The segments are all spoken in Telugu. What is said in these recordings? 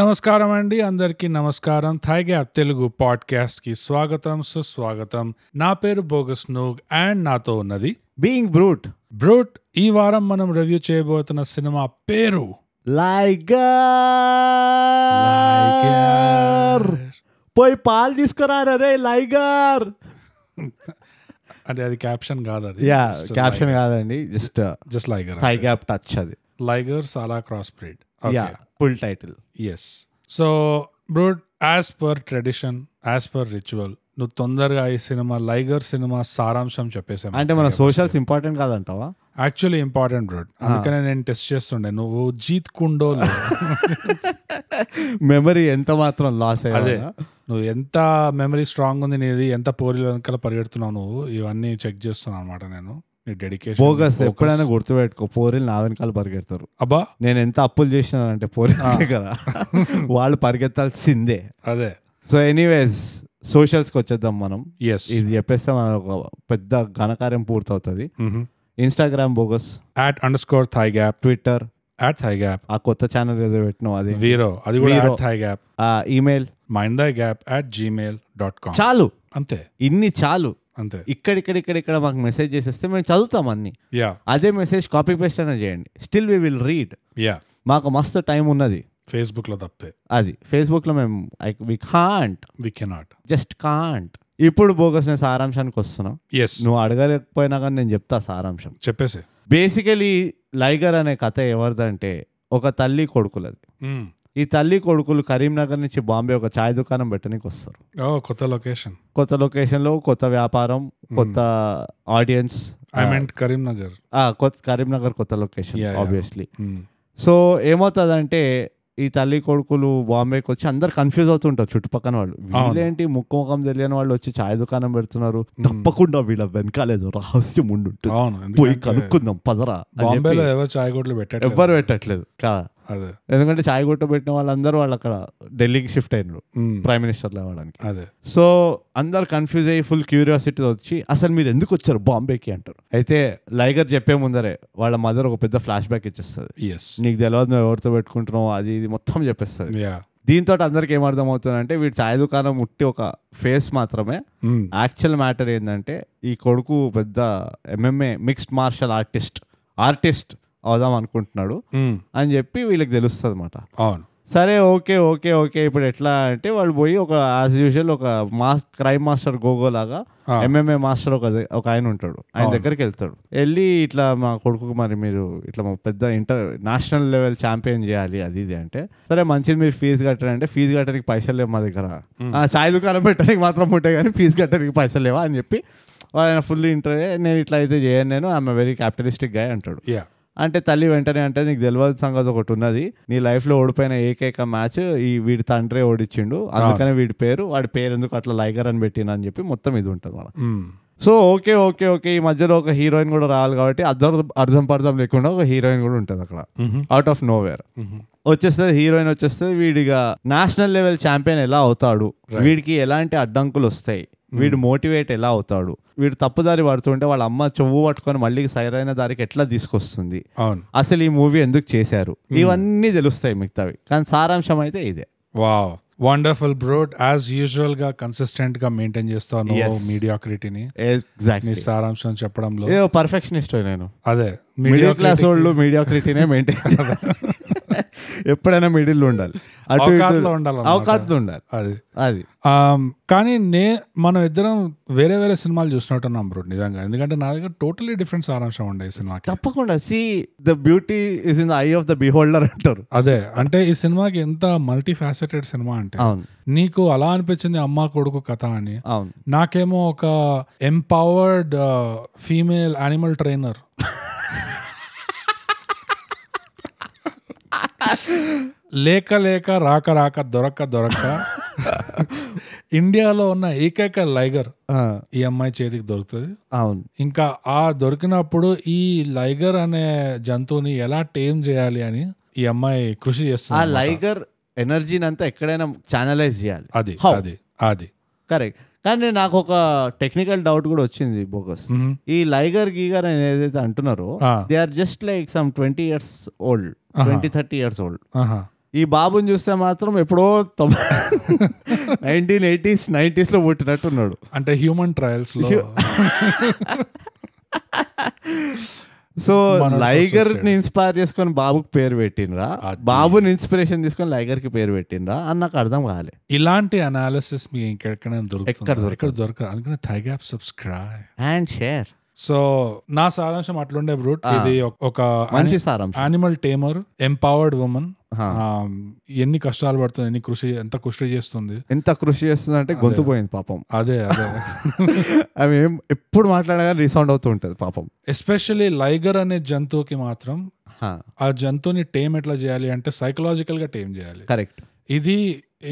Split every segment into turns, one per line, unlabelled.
నమస్కారం అండి అందరికీ నమస్కారం థాయ్ గ్యాప్ తెలుగు పాడ్కాస్ట్ కి స్వాగతం సుస్వాగతం నా పేరు బోగస్ నూగ్ అండ్ నాతో ఉన్నది
బీయింగ్ బ్రూట్
బ్రూట్ ఈ వారం మనం రివ్యూ చేయబోతున్న సినిమా పేరు
లైగర్ పోయి పాలు తీసుకురా రే లైగర్
అంటే అది క్యాప్షన్ కాదు అది
యా క్యాప్షన్ కాదండి just
just Liger
thigh gap touch అది
లైగర్ సాలా cross breed
yeah full title
yes so brute as per tradition as per ritual నువ్వు తొందరగా ఈ సినిమా లైగర్ సినిమా సారాంశం చెప్పేసాము
అంటే మన సోషల్స్ ఇంపార్టెంట్ కాదంటావా
యాక్చువల్లీ ఇంపార్టెంట్ బ్రూట్ అందుకనే నేను టెస్ట్ చేస్తుండే నువ్వు జీత్ కుండో
మెమరీ ఎంత మాత్రం లాస్
అదే
అయ్యాదే
నువ్వు ఎంత మెమరీ స్ట్రాంగ్ ఉంది నీది ఎంత పోరీ వెనకాల పరిగెడుతున్నావు నువ్వు ఇవన్నీ చెక్ చేస్తున్నాను అనమాట నేను నీ డెడికేషన్
బోగస్ ఎప్పుడైనా గుర్తుపెట్టుకో పోరీలు నా వెనకాల పరిగెడతారు
అబ్బా
నేను ఎంత అప్పులు చేసినానంటే పోరీ దగ్గర వాళ్ళు పరిగెత్తాల్సిందే
అదే
సో ఎనీవేస్ సోషల్స్కి వచ్చేద్దాం మనం
ఎస్
ఇది చెప్పేస్తే మనకు ఒక పెద్ద ఘనకార్యం పూర్తవుతుంది
Mm-hmm.
Instagram bogus
at underscore thigh gap
Twitter
at thigh gap
ఆ కొత్త ఛానల్ ఏదో పెట్టినాం అది
వీరో అది కూడా
Vero.
యాట్ థై గ్యాప్
ఆ email
mind thigh gap at Gmail dot com
చాలు
అంతే
ఇన్ని చాలు
అంతే
ఇక్కడ ఇక్కడ ఇక్కడ ఇక్కడ మాకు మెసేజ్ చేసేస్తే మేము చదువుతాం అన్ని
యా
అదే మెసేజ్ కాపీ పేస్ట్ అయినా చేయండి still we will read
yeah
మాకు మస్తు టైం ఉన్నది
ఫేస్బుక్ లో తప్పితే
అది ఫేస్బుక్లో మేము I we can't
we cannot
just can't ఇప్పుడు బోగస్ నేను సారాంశానికి వస్తున్నాం
ఎస్
నువ్వు అడగలేకపోయినా కానీ నేను చెప్తా సారాంశం
చెప్పేసి
బేసికలీ లైగర్ అనే కథ ఎవరిదంటే ఒక తల్లి కొడుకులది
Mm.
ఈ తల్లి కొడుకులు కరీంనగర్ నుంచి బాంబే ఒక ఛాయ్ దుకాణం పెట్టడానికి వస్తారు
ఓ Oh, కొత్త లొకేషన్
కొత్త లొకేషన్లో కొత్త వ్యాపారం కొత్త
Hmm.
ఆడియన్స్
ఐ మెంట్ కరీంనగర్
కొత్త కరీంనగర్ కొత్త location
Yeah, yeah.
Obviously
Mm.
So ఏమవుతుందంటే ఈ తల్లి కొడుకులు బాంబేకి వచ్చి అందరు కన్ఫ్యూజ్ అవుతుంటారు చుట్టుపక్కల వాళ్ళు వీళ్ళేంటి ముక్కు ముఖం తెలియని వాళ్ళు వచ్చి ఛాయ్ దుకాణం పెడుతున్నారు తప్పకుండా వీళ్ళ వెనకాలేదు రహస్యం ఉండుంటుంది
Hmm. అవును
పోయి
ఎందుకంటే
కనుక్కుందాం పదరా అని చెప్పి
బాంబేలో ఎవరు చాయ్ గోట్లు పెట్టారు
ఎవ్వరు పెట్టట్లేదు కాదా
అదే
ఎందుకంటే ఛాయ్ కొట్ట పెట్టిన వాళ్ళందరూ వాళ్ళు అక్కడ ఢిల్లీకి షిఫ్ట్ అయినారు
Mm.
ప్రైమ్ మినిస్టర్ అవ్వడానికి
అదే
సో అందరు కన్ఫ్యూజ్ అయ్యి ఫుల్ క్యూరియాసిటీ వచ్చి అసలు మీరు ఎందుకు వచ్చారు బాంబేకి అంటారు అయితే లైగర్ చెప్పే ముందరే వాళ్ళ మదర్ ఒక పెద్ద ఫ్లాష్ బ్యాక్ ఇచ్చేస్తుంది
ఎస్
నీకు తెలియదు నువ్వు ఎవరితో పెట్టుకుంటున్నావు అది ఇది మొత్తం చెప్పేస్తుంది
యా
దీంతో అందరికి ఏమర్థం అవుతుందంటే వీడు ఛాయ్ దుకాణం ముట్టి ఒక ఫేస్ మాత్రమే యాక్చువల్ మ్యాటర్ ఏంటంటే ఈ కొడుకు పెద్ద MMA mixed martial artist artist అవుదాం అనుకుంటున్నాడు అని చెప్పి వీళ్ళకి తెలుస్తుంది అనమాట
అవును
సరే ఓకే ఓకే ఓకే ఇప్పుడు ఎట్లా అంటే వాళ్ళు పోయి ఒక యాజ్ యూజువల్ ఒక మాస్ క్రైమ్ మాస్టర్ గోగో లాగా
Ah.
ఎంఎంఏ మాస్టర్ ఒక ద- ఒక ఆయన ఉంటాడు ఆయన దగ్గరికి వెళ్తాడు వెళ్ళి ఇట్లా మా కొడుకు మరి మీరు ఇట్లా మా పెద్ద ఇంటర్ నేషనల్ లెవెల్ ఛాంపియన్ చేయాలి అది ఇది అంటే సరే మంచిది మీరు ఫీజు కట్టండి అంటే ఫీజు కట్టడానికి పైసలు లేవు మా దగ్గర ఆ, చాయ్ దుకాణం పెట్టడానికి మాత్రం ఉంటాయి కానీ ఫీజు కట్టడానికి పైసలు లేవా అని చెప్పి ఆయన ఫుల్ ఇంటర్ నేను ఇట్లా అయితే చేయను నేను ఆమె వెరీ క్యాపిటలిస్టిక్ గా అంటాడు
యా
అంటే తల్లి వెంటనే అంటే నీకు తెలియదు సంగతి ఒకటి ఉన్నది నీ లైఫ్లో ఓడిపోయిన ఏకైక మ్యాచ్ ఈ వీడి తండ్రే ఓడిచ్చిండు అందుకనే వీడి పేరు వాడి పేరు ఎందుకు అట్లా లైగర్ అని పెట్టిన అని చెప్పి మొత్తం ఇది ఉంటుంది మన సో ఓకే ఓకే ఓకే ఈ మధ్యలో ఒక హీరోయిన్ కూడా రావాలి కాబట్టి అర్థం అర్థం పర్థం లేకుండా ఒక హీరోయిన్ కూడా ఉంటుంది అక్కడ అవుట్ ఆఫ్ నోవేర్ వచ్చేస్తుంది హీరోయిన్ వచ్చేస్తుంది వీడిగా నేషనల్ లెవెల్ ఛాంపియన్ ఎలా అవుతాడు వీడికి ఎలాంటి అడ్డంకులు వస్తాయి వీడు మోటివేట్ ఎలా అవుతాడు వీడు తప్పుదారి పడుతుంటే వాళ్ళ అమ్మ చెవు పట్టుకొని మళ్ళీ సరైన దారికి ఎట్లా తీసుకొస్తుంది
అవును
అసలు ఈ మూవీ ఎందుకు చేశారు ఇవన్నీ తెలుస్తాయి మిగతావి కానీ సారాంశం అయితే ఇదే
wow wonderful broad as usual గా కన్సిస్టెంట్ గా మెయింటైన్ చేస్తావు నువ్వు
Yes.
మీడియాక్రిటీని నీ
ఎగ్జాక్ట్లీ
సారాంశం చెప్పడంలో
ఏదో పర్ఫెక్షనిస్ట్ నేను
అదే
మిడిల్
mediocrity
క్లాస్ వాళ్ళు మీడియాక్రిటీనే మెయింటైన్ ఎప్పుడైనా మిడిల్ ఉండాలి అటు
అవకాశంలో ఉండాలన్నమాట.
అవకాశం ఉండాలి
అది
అది
Um, కానీ నే మనం ఇద్దరం వేరే వేరే సినిమాలు చూసినట్టున్నాం బ్రో నిజంగా ఎందుకంటే నా దగ్గర టోటలీ డిఫరెంట్ సారాంశం ఉండే ఈ సినిమాకి
తప్పకుండా see the beauty is in the eye of the beholder అంటారు
అదే అంటే ఈ సినిమాకి ఎంత మల్టీ ఫ్యాసెటెడ్ సినిమా అంటే
అవును
నీకు అలా అనిపించింది అమ్మ కొడుకు కథ అని
అవును
నాకేమో ఒక uh, empowered female animal trainer లేక లేక రాక రాక దొరక్క దొరక్క ఇండియాలో ఉన్న ఏకైక లైగర్
ఆ,
ఈ అమ్మాయి చేతికి దొరుకుతుంది
అవును
ఇంకా ఆ దొరికినప్పుడు ఈ లైగర్ అనే జంతువుని ఎలా టేమ్ చేయాలి అని ఈ అమ్మాయి కృషి
ఆ
చేస్తుంది
లైగర్ ఎనర్జీని అంతా ఎక్కడైనా ఛానలైజ్ చేయాలి
అది
How?
అది అది
కరెక్ట్ కానీ నాకు ఒక టెక్నికల్ డౌట్ కూడా వచ్చింది బోగస్
మ్మ్.
ఈ లైగర్ గీగర్ అని ఏదైతే అంటున్నారో
ఆ,
they are just like some twenty years old twenty thirty years old
ఆహా.
ఈ బాబుని చూస్తే మాత్రం ఎప్పుడో నైన్టీన్ ఎయిటీస్ నైన్టీస్లో పుట్టినట్టున్నాడు
అంటే హ్యూమన్ ట్రయల్స్ లో
సో
మన
లైగర్
first
ని ఇన్స్పైర్ చేసుకొని బాబుకి పేరు పెట్టినరా
అది.
బాబుని ఇన్స్పిరేషన్ తీసుకొని లైగర్ కి పేరు పెట్టినరా అని నాకు అర్థం కాలే
ఇలాంటి అనాలిసిస్ మీకు ఇంకెక్కడైనా
ఎక్కడ
దొరుకుతుంది
దొరకదు.
ఎక్కడ దొరకదు అందుకనే thigh gap subscribe
and share
so నా సారాంశం అట్లుండే బ్రూట్
ఆ.
ఇది ఒక- ఒక
మంచి సారాంశం
యానిమల్ టేమర్ ఎంపవర్డ్ ఉమెన్
హా.
ఎన్ని కష్టాలు పడుతుంది ఎన్ని కృషి ఎంత కృషి చేస్తుంది
ఎంత కృషి చేస్తుందంటే గొంతు పోయింది పాపం
అదే అదే
అవి ఏం ఎప్పుడు మాట్లాడగానే రీసౌండ్ అవుతూ ఉంటుంది పాపం
ఎస్పెషల్లీ లైగర్ అనే జంతువుకి మాత్రం
హా,
ఆ జంతువుని టేమ్ ఎట్లా చేయాలి అంటే సైకలాజికల్ గా టేమ్ చేయాలి
కరెక్ట్
ఇది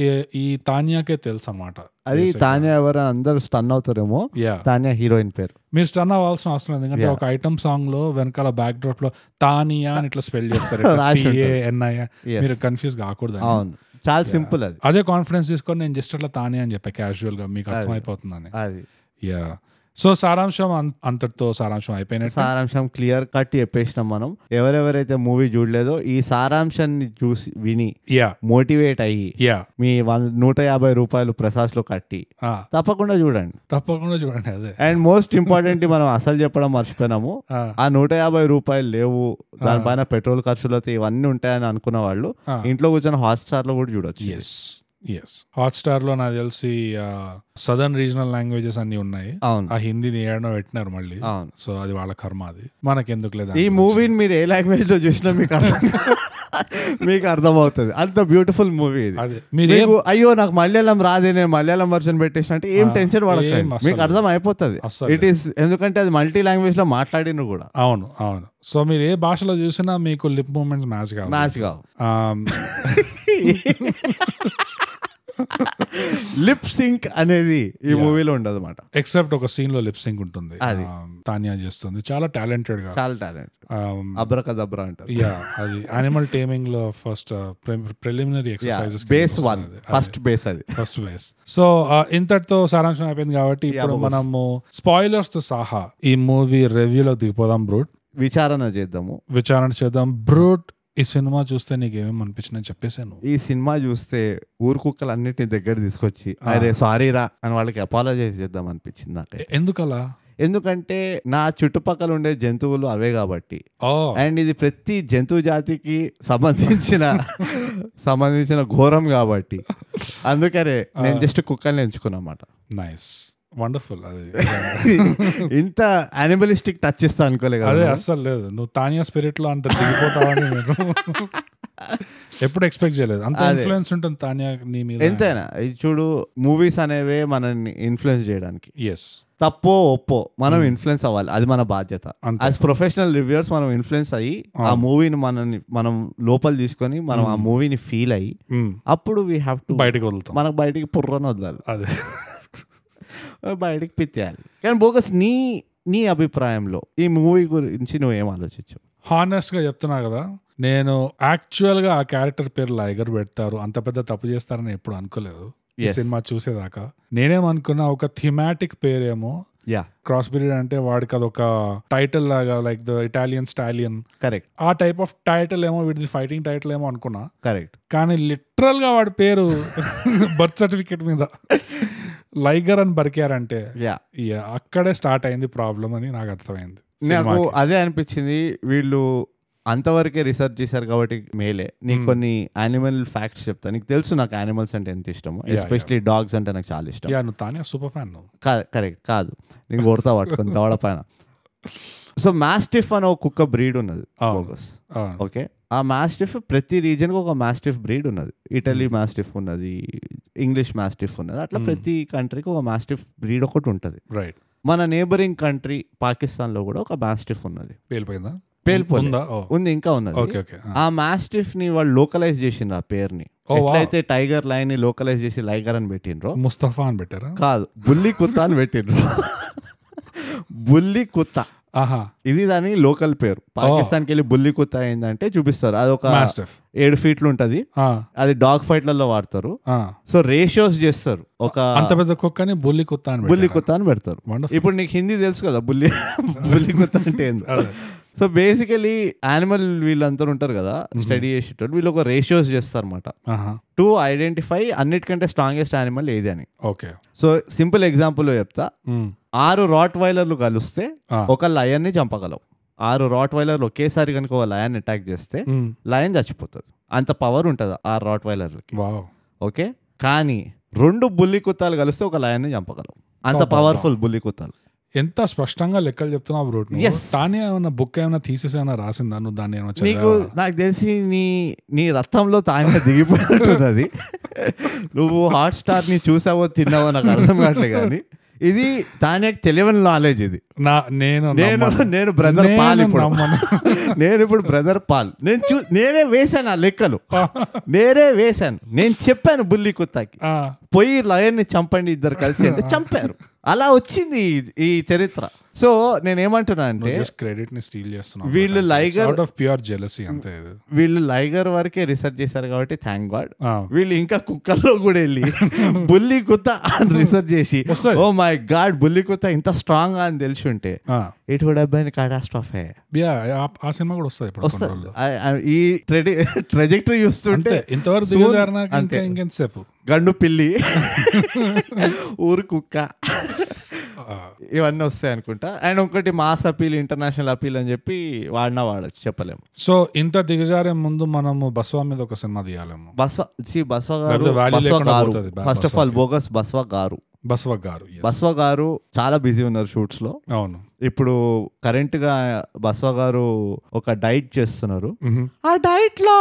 ఏ- ఈ తాన్యాకే తెలుసు అన్నమాట
అది తాన్యా ఎవరు అందరు స్టన్ అవుతారేమో
యా
తాన్యా హీరోయిన్ పేరు
మీరు స్టన్ అవ్వాల్సిన అవసరం లేదు ఎందుకంటే
Yeah.
ఒక ఐటమ్ సాంగ్ లో వెనకాల బ్యాక్ డ్రాప్ లో తానియా అని ఇట్లా స్పెల్ చేస్తారు
రాసి ఉంటుంది.
ఎన్ఐయా
Yes.
మీరు కన్ఫ్యూజ్ కాకూడదు అని.
అవును చాలా సింపుల్ అది
అదే కాన్ఫిడెన్స్ తీసుకొని నేను జస్ట్ అట్లా తానే అని చెప్పా క్యాజువల్ గా మీకు అర్థమైపోతుందని
అది
యా సో సారాంశం అం- అంతటితో సారాంశం అయిపోయినట్టు
సారాంశం క్లియర్ కట్ చెప్పేసినాం మనం ఎవరెవరైతే మూవీ చూడలేదో ఈ సారాంశాన్ని చూసి విని
యా
మోటివేట్ అయ్యి
యా
మీ వంద నూట యాభై రూపాయలు ప్రసాస్లో కట్టి
ఆ,
తప్పకుండా చూడండి
తప్పకుండా చూడండి అదే
అండ్ మోస్ట్ ఇంపార్టెంట్ మనం అసలు చెప్పడం మర్చిపోయినాము
ఆ,
ఆ నూట యాభై రూపాయలు లేవు దానిపైన పెట్రోల్ ఖర్చులతో ఇవన్నీ ఉంటాయని అనుకున్న వాళ్ళు
ఆ.
ఇంట్లో కూర్చొని హాట్స్టార్ లో కూడా చూడొచ్చు ఇది.
ఎస్ ఎస్ హాట్స్టార్ లో నాకు తెలిసి సదర్న్ రీజనల్ లాంగ్వేజెస్ అన్ని ఉన్నాయి
అవును
ఆ హిందీని ఏడనో పెట్టినారు మళ్ళీ
అవును
సో అది వాళ్ళ కర్మ అది మనకెందుకు లేదా
ఈ మూవీని మీరు ఏ లాంగ్వేజ్ లో చూసినా మీకు అర్థం మీకు అర్థమవుతుంది అంత బ్యూటిఫుల్ మూవీ ఇది
అదే మీరు ఏం
మీకు అయ్యో నాకు మలయాళం రాదే నేను మలయాళం వర్షన్ పెట్టేసిన అంటే ఏం
ఆ,
టెన్షన్
ఏం
పడకండి
అస్సలు
మీకు అర్థం అయిపోతుంది
అస్సలు
ఇట్ ఈస్ ఎందుకంటే అది మల్టీ లాంగ్వేజ్ లో మాట్లాడిన కూడా
అవును అవును సో మీరు ఏ భాషలో చూసినా మీకు లిప్ మూమెంట్స్ మ్యాచ్ కావాలి
మ్యాచ్ కావు
Um,
లిప్ సింక్ అనేది ఈ మూవీలో ఉండదు అనమాట
ఎక్సెప్ట్ ఒక సీన్ లో లిప్సింగ్ ఉంటుంది
అది.
ఆ, తాన్యా చేస్తుంది చాలా టాలెంటెడ్ గా
చాలా టాలెంట్
Um,
అబ్రక దబ్రా అంటారు
యా అది యానిమల్ టేమింగ్ లో first preliminary exercises
base one first base అది
ఫస్ట్ బేస్ సో ఇంతటితో సారాంశం అయిపోయింది కాబట్టి ఇప్పుడు
boss.
మనము స్పాయిలర్స్ తో సహా ఈ మూవీ రివ్యూలో దిగిపోదాం బ్రూట్
విచారణ చేద్దాము
విచారణ చేద్దాం బ్రూట్ ఈ సినిమా చూస్తే నీకు ఏమేమి అనిపించిందని చెప్పేసాను
ఈ సినిమా చూస్తే ఊరు కుక్కలు అన్నిటిని దగ్గర తీసుకొచ్చి అరే సారీ రా అని వాళ్ళకి అపాలజైజ్ చేద్దాం అనిపించింది నాకు
ఎందుకలా
ఎందుకంటే నా చుట్టుపక్కల ఉండే జంతువులు అవే కాబట్టి
ఓ
అండ్ ఇది ప్రతి జంతు జాతికి సంబంధించిన సంబంధించిన ఘోరం కాబట్టి అందుకనే నేను జస్ట్ కుక్కల్ని ఎంచుకున్నమాట
నైస్ వండర్ఫుల్ అది
ఇంత యానిమలిస్టిక్ టచ్ ఇస్తా అనుకోలే
అదే
కదా
అస్సలు లేదు నువ్వు తానియా స్పిరిట్ లో అంత దిగిపోతావని నేను ఎప్పుడు ఎక్స్పెక్ట్ చేయలేదు అంత
అదే.
ఇన్ఫ్లుయెన్స్ ఉంటుంది తానియా నీ మీద
ఎంతైనా ఇది చూడు మూవీస్ అనేవే మనల్ని ఇన్ఫ్లుయెన్స్ చేయడానికి
ఎస్
తప్పో ఒప్పో మనం ఇన్ఫ్లుయెన్స్ అవ్వాలి అది మన బాధ్యత
Hmm. అంతే.
యాజ్ ప్రొఫెషనల్ రివ్యూర్స్ మనం ఇన్ఫ్లుయెన్స్ అయ్యి ఆ మూవీని మనల్ని మనం లోపల తీసుకొని మనం
Hmm.
ఆ మూవీని ఫీల్ అయ్యి అప్పుడు వీ హ్యావ్ టు
బయటకు వదులుతాం
మనకు బయటికి పుర్రని వదలాలి
అదే
బయటికి పిత్తేయాలి కానీ బోకస్ నీ నీ అభిప్రాయంలో ఈ మూవీ గురించి నువ్వేం ఆలోచించవు
హానెస్ట్ గా చెప్తున్నా కదా నేను యాక్చువల్ గా ఆ క్యారెక్టర్ పేరు లైగర్ పెడతారు అంత పెద్ద తప్పు చేస్తారని ఎప్పుడు అనుకోలేదు ఈ
Yes.
సినిమా చూసేదాకా నేనేమనుకున్నా ఒక థిమాటిక్ పేరేమో
యా
క్రాస్ పీరియడ్ అంటే వాడికి అదొక టైటిల్ లాగా like the Italian stallion
correct
ఆ టైప్ ఆఫ్ టైటిల్ ఏమో వీడిది ఫైటింగ్ టైటిల్ ఏమో అనుకున్నా
కరెక్ట్
కానీ లిటరల్ గా వాడి పేరు బర్త్ సర్టిఫికేట్ మీద లైగర్ అని బరికారంటే
యా
yeah, అక్కడే స్టార్ట్ అయింది ప్రాబ్లం అని నాకు అర్థమైంది
నాకు
సినిమాకి.
అదే అనిపించింది వీళ్ళు అంతవరకే రీసెర్చ్ చేశారు కాబట్టి మేలే నీకు కొన్ని యానిమల్ ఫ్యాక్ట్స్ చెప్తా నీకు తెలుసు నాకు యానిమల్స్ అంటే ఎంత ఇష్టమో ఎస్పెషలీ డాగ్స్ అంటే నాకు చాలా ఇష్టం
యా నువ్వు తానే సూపర్ ఫ్యాన్ నువ్వు
కరెక్ట్ కాదు నీకు కొడతా పట్టుకొని దవడ పైన సో మాస్టిఫ్ అనే ఒక కుక్క బ్రీడ్ ఉన్నది
అవును.
బోగస్
ఆ,
ఓకే ఆ మాస్టిఫ్ ప్రతి రీజన్కి ఒక మాస్టిఫ్ బ్రీడ్ ఉన్నది ఇటలీ మాస్టిఫ్ ఉన్నది ఇంగ్లీష్ మాస్టిఫ్ ఉన్నది అట్లా ప్రతి కంట్రీకి ఒక మాస్టిఫ్ బ్రీడ్ ఒకటి ఉంటుంది
రైట్
మన నేబరింగ్ కంట్రీ పాకిస్తాన్లో కూడా ఒక మాస్టిఫ్ ఉన్నది
పేలిపోయిందా
పేలిపోలే.
ఉందా ఓ
ఉంది ఇంకా ఉన్నది
ఓకే ఓకే
ఆ మాస్టిఫ్ ని వాళ్ళు లోకలైజ్ చేసిండ్రు ఆ పేరుని
Oh, wow.
ఎట్లయితే టైగర్ లైన్ ని లోకలైజ్ చేసి లైగర్ అని పెట్టిండ్రో
ముస్తఫా అని పెట్టారా
కాదు బుల్లి కుత్త అని పెట్టిండ్రు బుల్లి కుత్త
ఆహా
ఇది దాని లోకల్ పేరు పాకిస్తాన్కి వెళ్ళి బుల్లి కుత్త అయిందంటే చూపిస్తారు అది ఒక
మాస్టఫ్
ఏడు ఫీట్లు ఉంటది
ఆ,
అది డాగ్ ఫైట్లలో వాడతారు
ఆ.
సో రేషియోస్ చేస్తారు ఒక
అంత పెద్ద కుక్కని బుల్లి కుత్త అని
బుల్లి కుత్త అని పెడతారు
Wonderful.
ఇప్పుడు నీకు హిందీ తెలుసు కదా బుల్లి బుల్లి కుత్త అంటే ఏందో
అదే.
సో బేసికలీ యానిమల్ వీళ్ళంతా ఉంటారు కదా స్టడీ చేసేటోళ్ళు వీళ్ళు ఒక రేషియోస్ చేస్తారు అనమాట టు ఐడెంటిఫై అన్నిటికంటే స్ట్రాంగెస్ట్ యానిమల్ ఏది అని
ఓకే
సో సింపుల్ ఎగ్జాంపుల్ చెప్తా ఆరు రాట్ వైలర్లు కలిస్తే ఒక లయన్ని చంపగలవు ఆరు రాట్ వైలర్లు ఒకేసారి కనుక ఒక లయన్ అటాక్ చేస్తే లయన్ చచ్చిపోతుంది అంత పవర్ ఉంటుంది ఆరు రాట్ వైలర్లకి
వావ్
ఓకే కానీ రెండు బుల్లి కుత్తాలు కలిస్తే ఒక లయన్ని చంపగలవు అంత పవర్ఫుల్ బుల్లి కుత్తాలు
ఎంత స్పష్టంగా లెక్కలు చెప్తున్నావు బ్రో
Yes.
తానే ఏమైనా బుక్ ఏమైనా థీసెస్ ఏమైనా రాసిందా నువ్వు దాన్ని ఏమైనా
నీకు
చదివావా?
నాకు తెలిసి నీ నీ రక్తంలో తానే దిగిపోతున్నది నువ్వు హాట్ స్టార్ ని చూసావో తిన్నావో నాకు అర్థం కావట్లేదు కానీ ఇది తానే తెలియని నాలెడ్జ్ ఇది
నా నేను
నేను
నమ్మను.
నేను బ్రదర్
నేను
పాల్ ఇప్పుడు
నమ్మను.
నేను ఇప్పుడు బ్రదర్ పాల్ నేను చూ నేనే వేశాను ఆ లెక్కలు నేనే వేశాను నేను చెప్పాను బుల్లి కుత్తాకి
ఆ,
పోయి లయన్ని చంపండి ఇద్దరు కలిసి అంటే చంపారు అలా వచ్చింది ఈ- ఈ చరిత్ర సో నేనేమంటున్నా అంటే
నువ్వు జస్ట్ క్రెడిట్ ని స్టీల్ చేస్తున్నావు
వీళ్ళు Liger-
out of pure jealousy అంతే ఇది
వీళ్ళు లైగర్ వరకే రీసెర్చ్ చేశారు కాబట్టి థ్యాంక్ గాడ్
ఆ,
వీళ్ళు ఇంకా కుక్కల్లో కూడా వెళ్ళి బుల్లి కుత్త అని రీసెర్చ్ చేసి
వస్తాయి.
ఓ మై గాడ్ బుల్లి కుత్త ఇంత స్ట్రాంగ్ అని తెలిసి ఉంటే
ఆ.
ఇటు కూడా అబ్బాయిని కాటాస్ట్రాఫే
యా, ఆ- ఆ సినిమా కూడా వస్తుంది ఇప్పుడు కొన్ని రోజుల్లో.
ఈ ట్రెడి ట్రెజెక్టరీ చూస్తుంటే
అంతే ఇంతవరకు
soon-
దిగజారినాక
అంతే.
ఇంకా ఇంకెంతసేపు
గండు పిల్లి ఊరు కుక్క
ఆ,
ఇవన్నీ వస్తాయి అనుకుంటా అండ్ ఇంకోటి మాస్ అపీల్ ఇంటర్నేషనల్ అపీల్ అని చెప్పి వాడినా వాడచ్చు చెప్పలేము
సో ఇంత దిగజారే ముందు మనము బస్వా మీద ఒక సినిమా తీయాలేము
బసవ చి బసవ గారు
లేకపోతే value
బసవ
లేకుండా
గారు
పోతుంది బా-
first of all bogus Basava గారు
బస్వా గారు yes.
బసవ గారు చాలా బిజీ ఉన్నారు షూట్స్ లో
అవును
ఇప్పుడు కరెంట్ గా బసవ గారు ఒక డైట్ చేస్తున్నారు
మ్హూ.
ఆ డైట్ లో